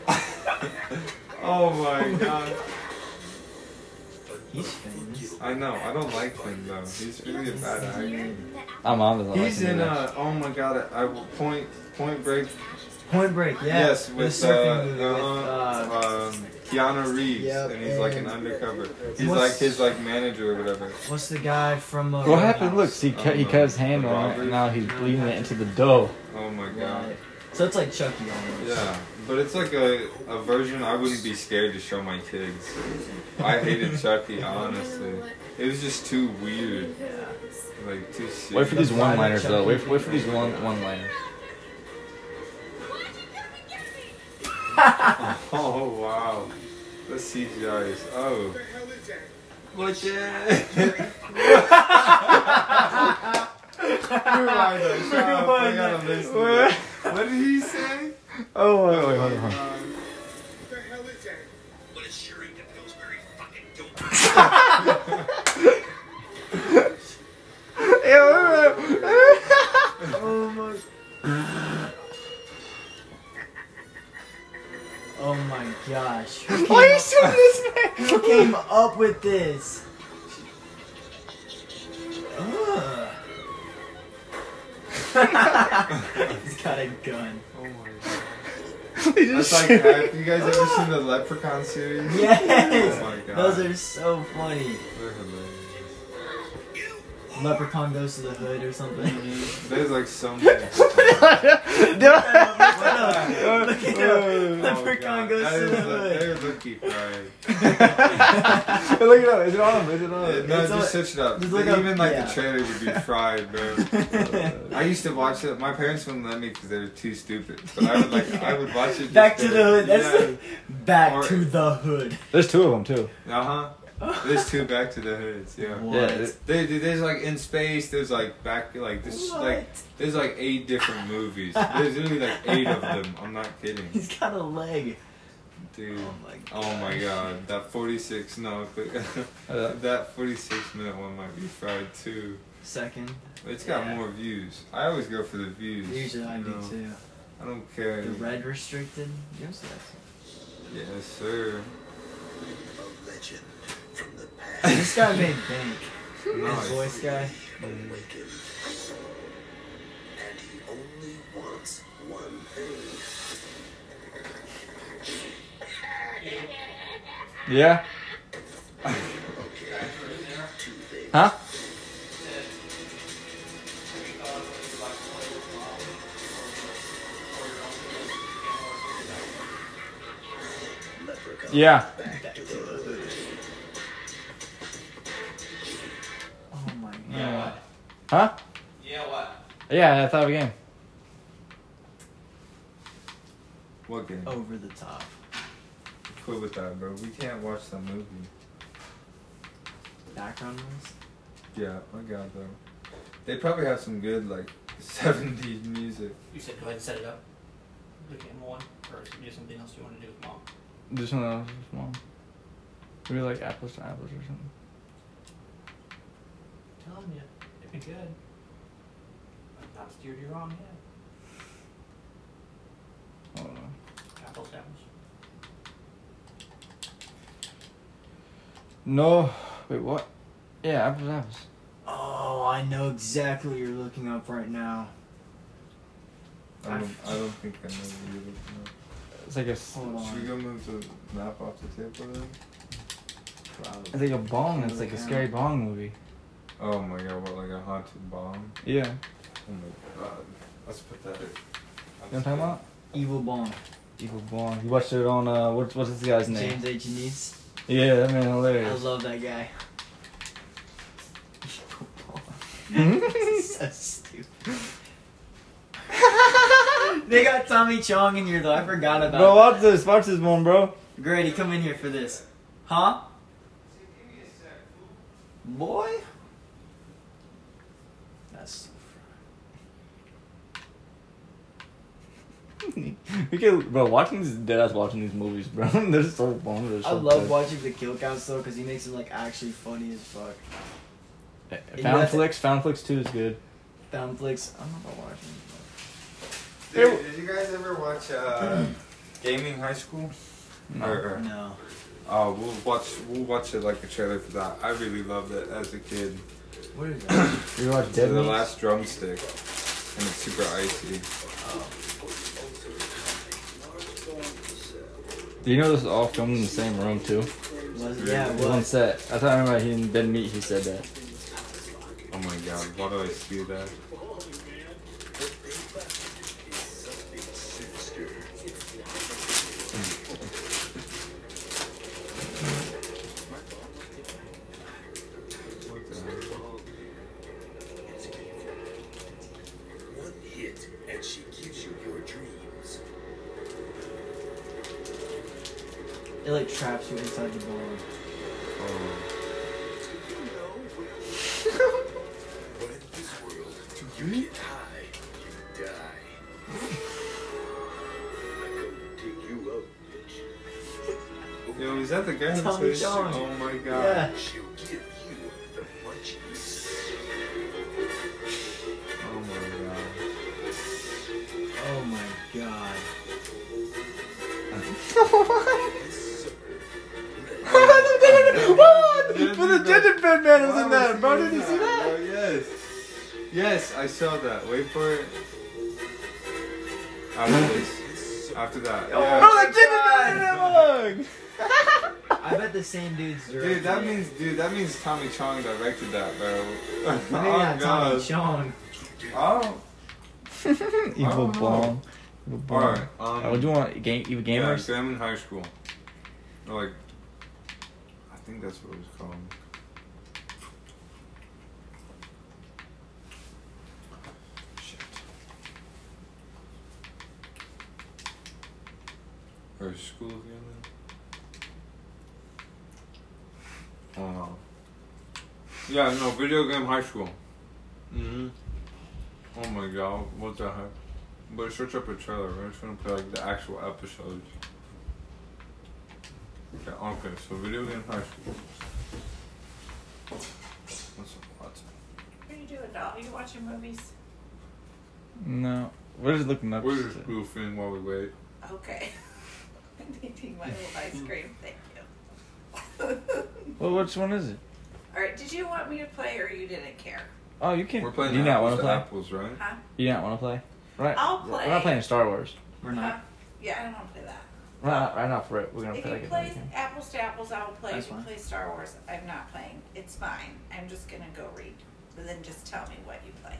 Speaker 7: past.
Speaker 1: Oh my God.
Speaker 2: He's famous.
Speaker 1: I know. I don't like him though. He's really a bad actor.
Speaker 3: I'm on the
Speaker 1: He's in uh oh my god. I will point point break.
Speaker 2: Point Break. Yeah.
Speaker 1: Yes,
Speaker 2: the
Speaker 1: with uh,
Speaker 2: surfing movie with uh,
Speaker 1: uh, um, Keanu Reeves,
Speaker 2: Yep,
Speaker 1: and he's like an
Speaker 2: and-
Speaker 1: undercover. He's
Speaker 2: What's-
Speaker 1: like his like manager or whatever.
Speaker 2: What's the guy from? Uh,
Speaker 3: What happened? Look,
Speaker 2: Roadhouse?
Speaker 3: he cut, he cut his hand on it, and now he's bleeding it into the dough.
Speaker 1: Oh my
Speaker 2: Yeah.
Speaker 1: god.
Speaker 2: So it's like Chucky almost.
Speaker 1: Yeah, but it's like a, a version I wouldn't be scared to show my kids. I hated Chucky, honestly. It was just too weird, like too serious.
Speaker 3: Wait for these one-liners though. Wait, wait for these one one-liners.
Speaker 1: Oh wow. The CGI is oh. What the Rewind that. Shut up, we gotta listen to that. What did he say?
Speaker 3: Oh wait,
Speaker 1: Um,
Speaker 7: What is sharing the Pillsbury fucking dope?
Speaker 2: Oh my. Oh my gosh. Who came,
Speaker 3: are you shooting this
Speaker 2: who came up with this? Ugh. got a gun.
Speaker 1: Oh my god. That's like, uh, have you guys ever seen the Leprechaun series?
Speaker 2: Yes.
Speaker 1: Oh my god.
Speaker 2: Those are so funny.
Speaker 1: They're hilarious.
Speaker 2: Leprechaun goes to the hood or something.
Speaker 1: There's like so many. oh,
Speaker 2: Look at him. Leprechaun
Speaker 1: Oh, God.
Speaker 2: goes
Speaker 1: That
Speaker 2: to
Speaker 1: is
Speaker 2: the
Speaker 1: the-
Speaker 2: hood.
Speaker 1: There's Lucky Friday.
Speaker 3: Look it up. Is it on him? Is it on
Speaker 1: Yeah,
Speaker 3: him?
Speaker 1: no,
Speaker 2: Oh, It's
Speaker 1: just search it up.
Speaker 2: just look
Speaker 1: Even
Speaker 2: up-
Speaker 1: like
Speaker 2: yeah.
Speaker 1: the trailer would be fried, bro. I used to watch it. My parents wouldn't let me because they were too stupid. But I would like, I would watch it. just
Speaker 2: Back to the hood.
Speaker 1: yeah.
Speaker 2: That's back
Speaker 1: Or-
Speaker 2: to the hood.
Speaker 3: There's two of them too.
Speaker 1: Uh huh. There's two back to the hoods. Yeah.
Speaker 2: What?
Speaker 3: Yeah, it-
Speaker 1: There, there- there's like in space. There's like back. Like this.
Speaker 2: What?
Speaker 1: Like there's like eight different movies. There's literally like eight of them. I'm not kidding,
Speaker 2: He's got a leg.
Speaker 1: dude.
Speaker 2: Oh my god.
Speaker 1: Oh my god, that 46 no, click-
Speaker 3: Uh,
Speaker 1: that 46 minute one might be fried too.
Speaker 2: Second.
Speaker 1: It's got
Speaker 2: Yeah.
Speaker 1: more views. I always go for the views.
Speaker 2: Usually I
Speaker 1: you
Speaker 2: do
Speaker 1: know.
Speaker 2: too.
Speaker 1: I don't care.
Speaker 2: The red restricted. Yes, yes.
Speaker 1: Yes, sir.
Speaker 7: A legend from the
Speaker 2: This
Speaker 7: past
Speaker 2: guy made bank. His
Speaker 1: Nice.
Speaker 2: voice guy.
Speaker 7: awakened. And he only wants one thing.
Speaker 3: yeah.
Speaker 7: Two things.
Speaker 3: Huh?
Speaker 7: Leprechaun.
Speaker 3: Yeah.
Speaker 7: Back to the hood.
Speaker 2: Oh my god.
Speaker 4: Yeah.
Speaker 3: Huh?
Speaker 4: Yeah, what?
Speaker 3: Yeah. I thought of a game.
Speaker 1: What game?
Speaker 2: Over the top.
Speaker 1: Quit with that, bro. We can't watch that movie.
Speaker 2: Background noise.
Speaker 1: Yeah, I got though. They probably have some good like 70s music.
Speaker 4: You said go ahead and set it up. Look at one, or do something else you want to do with mom.
Speaker 3: Do something else small. Maybe like apples to apples or something.
Speaker 4: I'm telling you, it'd be good. I've not steered you wrong yet.
Speaker 3: I don't know.
Speaker 4: Apples, apples.
Speaker 3: No. Wait. What? Yeah. Apples to apples.
Speaker 2: Oh, I know exactly what you're looking up right now.
Speaker 1: I don't, I don't think I know what you're looking
Speaker 3: It's like a. s-
Speaker 2: Hold
Speaker 1: at. Should we go
Speaker 2: on.
Speaker 1: move the map off the table then?
Speaker 2: Probably.
Speaker 3: It's like a bong. It's like a scary bong movie.
Speaker 1: Oh my god, what, like a haunted bomb?
Speaker 3: Yeah.
Speaker 1: Oh my god. That's pathetic.
Speaker 3: You know what I'm talking about?
Speaker 2: Evil Bong.
Speaker 3: Evil Bong. You watched it on uh, what's what's this guy's name?
Speaker 2: James H. Neese.
Speaker 3: Yeah, that man
Speaker 2: I
Speaker 3: hilarious.
Speaker 2: love that guy.
Speaker 3: Hmm?
Speaker 2: so stupid. they got Tommy Chong in here though. I forgot about.
Speaker 3: Bro,
Speaker 2: that.
Speaker 3: watch this, watch this one, bro.
Speaker 2: Grady, come in here for this, huh? Boy. That's.
Speaker 3: We can, bro. Watching these dead ass watching these movies, bro. They're so fun. They're so
Speaker 2: I love
Speaker 3: good.
Speaker 2: watching the kill counts though, cause he makes it like actually funny as fuck.
Speaker 3: Eh,
Speaker 2: you
Speaker 3: Found
Speaker 2: have to-
Speaker 3: Flicks. Found Flicks Two is good.
Speaker 2: Found flicks. I don't know about watching. but-
Speaker 1: Dude, did you guys ever watch uh, Gaming High School?
Speaker 3: No.
Speaker 1: Or- or-
Speaker 2: No.
Speaker 1: Oh, we'll watch. We'll watch it like a trailer for that. I really loved it as a kid.
Speaker 2: What is that?
Speaker 3: You watch
Speaker 1: The
Speaker 3: Dead Meat?
Speaker 1: last drumstick, and it's super icy.
Speaker 3: Do you know this is all filmed in the same room too?
Speaker 2: Was yeah.
Speaker 3: It
Speaker 2: It
Speaker 3: was on
Speaker 2: was.
Speaker 3: set. I thought I remember he in Dead Meat. He said that.
Speaker 1: Oh my god, why do I see that? What the heck?
Speaker 7: One hit, and she gives you your dreams.
Speaker 2: It like traps you inside the balloon.
Speaker 1: Oh,
Speaker 7: But in this world, you get high, you die. I go dig you up, bitch.
Speaker 1: yo, is that the guy who
Speaker 2: Tommy
Speaker 1: plays?
Speaker 2: John.
Speaker 1: Oh my god.
Speaker 2: Yeah.
Speaker 7: She'll give you the munchies.
Speaker 1: Oh my god.
Speaker 2: Oh my god.
Speaker 1: the ginger pen man was in that, bro. Did you see that? Yes. Yes, I saw that. Wait for it. After this. After that.
Speaker 3: Bro,
Speaker 1: Yeah.
Speaker 3: that chicken
Speaker 4: I bet the same dude's directing
Speaker 1: Dude, that
Speaker 4: it.
Speaker 1: means dude, that means Tommy Chong directed that, bro. oh
Speaker 4: Maybe not Tommy
Speaker 1: God.
Speaker 4: Chong.
Speaker 1: Oh.
Speaker 3: did it! Evil bomb. Evil bomb.
Speaker 1: All right. Um,
Speaker 3: Oh, do you want game, evil
Speaker 1: yeah,
Speaker 3: gamers?
Speaker 1: Gremlin High School. Or, Like, I think that's what it was called. Shit. Or School of Gremlin. Oh no. Yeah, no, Video Game High School. hmm Oh my god, what the heck? But it's such up a trailer. We're just gonna play like the actual episodes. Okay, okay. So video game high school. What's up? What's up?
Speaker 8: What are you doing, doll? Are you watching movies?
Speaker 3: No. We're just looking up.
Speaker 1: We're just goofing while we wait.
Speaker 8: Okay. I'm eating my little ice cream. Thank you.
Speaker 3: Well, which one is it?
Speaker 8: All right. Did you want me to play or you didn't care?
Speaker 3: Oh, you can.
Speaker 1: We're playing
Speaker 3: Do you
Speaker 1: the
Speaker 3: not want
Speaker 1: apples
Speaker 3: to
Speaker 1: to
Speaker 3: play?
Speaker 1: apples, right?
Speaker 8: Huh?
Speaker 3: You don't want to play? Right.
Speaker 8: I'll
Speaker 3: We're- We're
Speaker 8: play.
Speaker 3: not playing Star Wars.
Speaker 4: We're not.
Speaker 8: Huh? Yeah, I don't want to play that.
Speaker 3: We're not right now for it. We're gonna
Speaker 8: If
Speaker 3: play like
Speaker 8: you
Speaker 3: a
Speaker 8: play
Speaker 3: game.
Speaker 8: apples to apples, I will play.
Speaker 3: That's
Speaker 8: if you
Speaker 3: fine.
Speaker 8: play Star Wars, I'm not playing. It's fine. I'm just gonna go read. But then just tell me what you play.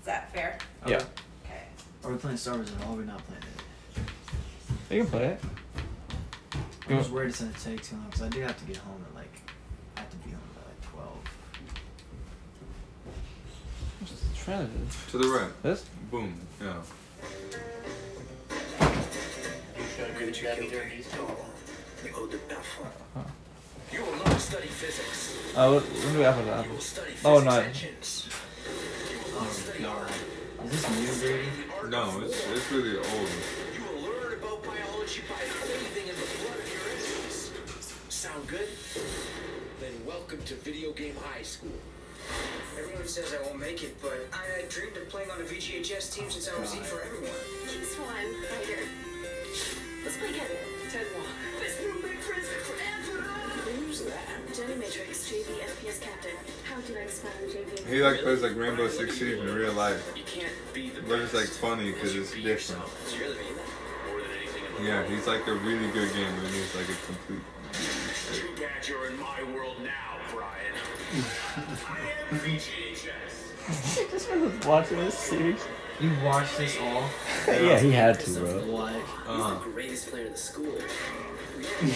Speaker 8: Is that fair?
Speaker 3: Yeah.
Speaker 8: Okay.
Speaker 4: Are we playing Star Wars at all? We're not playing it.
Speaker 3: You can play it.
Speaker 4: I'm just worried it's gonna take too long because I do have to get home at like. I have to be home by like twelve.
Speaker 3: Just try it.
Speaker 1: To the right.
Speaker 3: This?
Speaker 1: Boom. Yeah.
Speaker 7: Could you kill me? No. You owe the buffer. You will not study physics.
Speaker 3: Oh, what, what do we have for that?
Speaker 7: You will study physics
Speaker 3: Oh, no.
Speaker 7: engines. You will not
Speaker 4: Oh
Speaker 7: study
Speaker 4: god.
Speaker 7: art.
Speaker 4: Is this new, Brady?
Speaker 7: The art
Speaker 1: No,
Speaker 7: of
Speaker 1: it's
Speaker 7: war.
Speaker 1: it's really old.
Speaker 7: You will learn about biology by bathing in the blood of your enemies. Sound good? Then welcome to Video Game High School.
Speaker 9: Everyone says I won't make it, but I had dreamed of playing on a VGHS team since I was E for everyone.
Speaker 10: He's one writer. Let's play again. Ted Wong. Best new my friends forever.
Speaker 9: Who's that?
Speaker 10: Jenny Matrix, JV FPS captain. How do I spy on JV?
Speaker 1: He like plays like Rainbow Six Siege in real life,
Speaker 7: You can't be the
Speaker 1: but it's like funny because it's different. Yeah, he's like a really good gamer and he's like a complete.
Speaker 7: Too bad you're in my world now, Brian. I am VGHS.
Speaker 3: Just was watching this series.
Speaker 4: You watched this all?
Speaker 3: Yeah, he had to, bro.
Speaker 4: What?
Speaker 1: Uh,
Speaker 9: The greatest player in the school. Brian.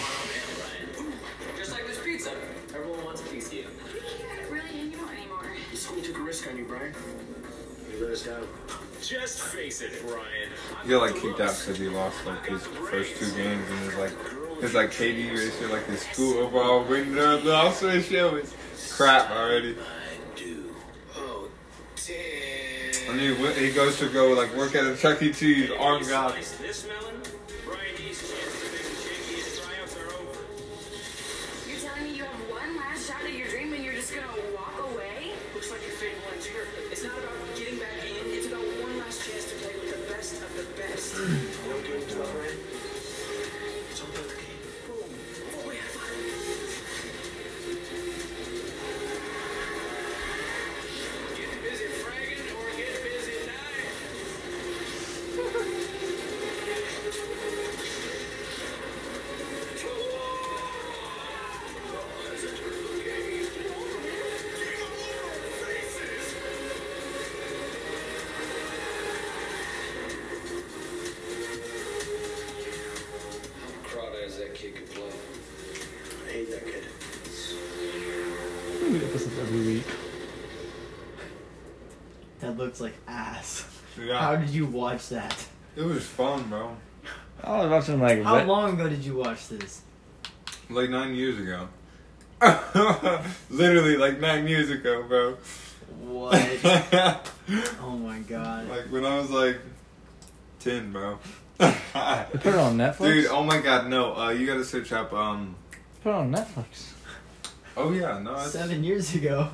Speaker 9: Just like this pizza. Everyone wants a piece of you.
Speaker 10: We can't really hang out anymore.
Speaker 9: The school took a risk on you, Brian. You let us down.
Speaker 7: Just face it, Brian.
Speaker 1: he got like kicked out because he lost like his first two games and his like his like KD ratio, like his school overall win there. Lost and shit was crap already.
Speaker 7: I do. Oh, damn.
Speaker 1: And he, went- he goes to go like work at a Chuck E. Cheese. Arm God.
Speaker 7: This melon, Brian D's chance to make the Yankees triumphs are over.
Speaker 10: You're telling me you have one last shot at your dream and you're just gonna walk away?
Speaker 9: Looks like your fate runs her. It's not about getting back in. It's about one last chance to play with the best of the best. Don't do it, Brian. It's all about the game. Oh, oh, we have fun.
Speaker 7: Get busy fragging or get busy dying.
Speaker 9: proud as that kid could play. I hate that kid.
Speaker 3: Episodes every week.
Speaker 4: That looks like ass. How
Speaker 1: Yeah,
Speaker 4: did you watch that?
Speaker 1: it was fun, bro.
Speaker 3: I was watching like.
Speaker 4: How
Speaker 3: Red-
Speaker 4: long ago did you watch this?
Speaker 1: Like nine years ago. Literally, like nine years ago, bro.
Speaker 4: What?
Speaker 1: like
Speaker 4: oh my god.
Speaker 1: when I was like ten, bro.
Speaker 3: They put it on Netflix.
Speaker 1: Dude, oh my God, no! Uh, you gotta search up. Um,
Speaker 3: Put it on Netflix.
Speaker 1: oh yeah, no, it's,
Speaker 4: Seven years ago.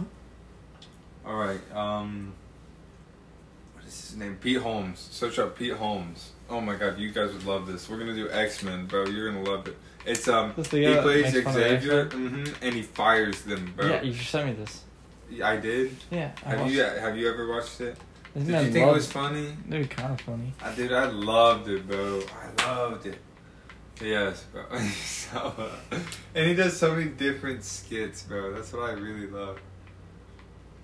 Speaker 1: All right. Um, what is his name? Pete Holmes. Search up Pete Holmes. Oh my God, you guys would love this. We're gonna do X Men, bro. You're gonna love it. It's um,
Speaker 3: That's the guy
Speaker 1: he
Speaker 3: that
Speaker 1: plays
Speaker 3: makes fun of the
Speaker 1: Xavier,
Speaker 3: X-Men?
Speaker 1: hmm and he fires them, bro.
Speaker 3: Yeah, you should send me this.
Speaker 1: I did.
Speaker 3: Yeah. I
Speaker 1: Have
Speaker 3: watched
Speaker 1: you
Speaker 3: it.
Speaker 1: have you ever watched it?
Speaker 3: This
Speaker 1: Did
Speaker 3: man
Speaker 1: you think it
Speaker 3: loved-
Speaker 1: was funny?
Speaker 3: They were kind of funny.
Speaker 1: I did. I loved it, bro. I loved it. Yes, bro. so, uh, and he does so many different skits, bro. That's what I really love.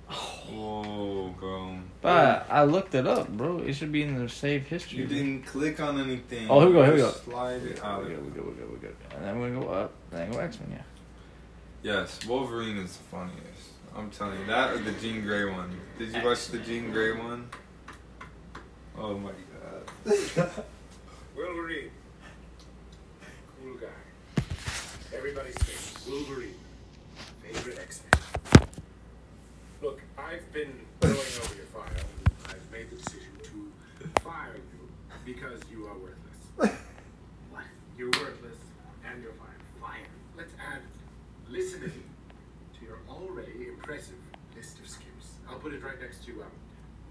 Speaker 1: Whoa, bro.
Speaker 3: But I looked it up, bro. It should be in the saved history.
Speaker 1: You didn't click on anything.
Speaker 3: Oh, here we go, here we
Speaker 1: Just
Speaker 3: go.
Speaker 1: Slide it out.
Speaker 3: we go, we go, we go, we go. And then we're gonna go up. Then go X Men, yeah.
Speaker 1: Yes, Wolverine is the funniest. I'm telling you that or the Jean Grey one. Did you watch the Jean Grey one? Oh my god.
Speaker 7: Wolverine. Cool guy. Everybody's favorite. Wolverine. Favorite X-Men. Look, I've been going over your file. I've made the decision to fire you because you are worthless. what? You're worthless and you're fired. Fired. Let's add listening to your already impressive list of skills. I'll put it right next to um,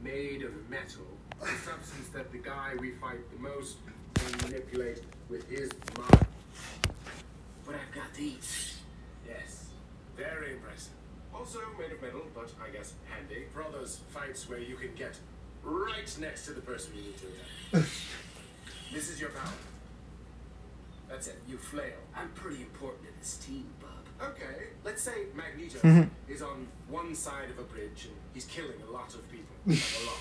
Speaker 7: made of metal, the substance that the guy we fight the most can manipulate with his mind. But I've got these. Yes, very impressive. Also made of metal, but I guess handy for all those fights where you can get right next to the person you need to attack. this is your power. That's it. You flail.
Speaker 9: I'm pretty important to this team, Bob.
Speaker 7: Okay, let's say Magneto is on one side of a bridge and he's killing a lot of people. a lot.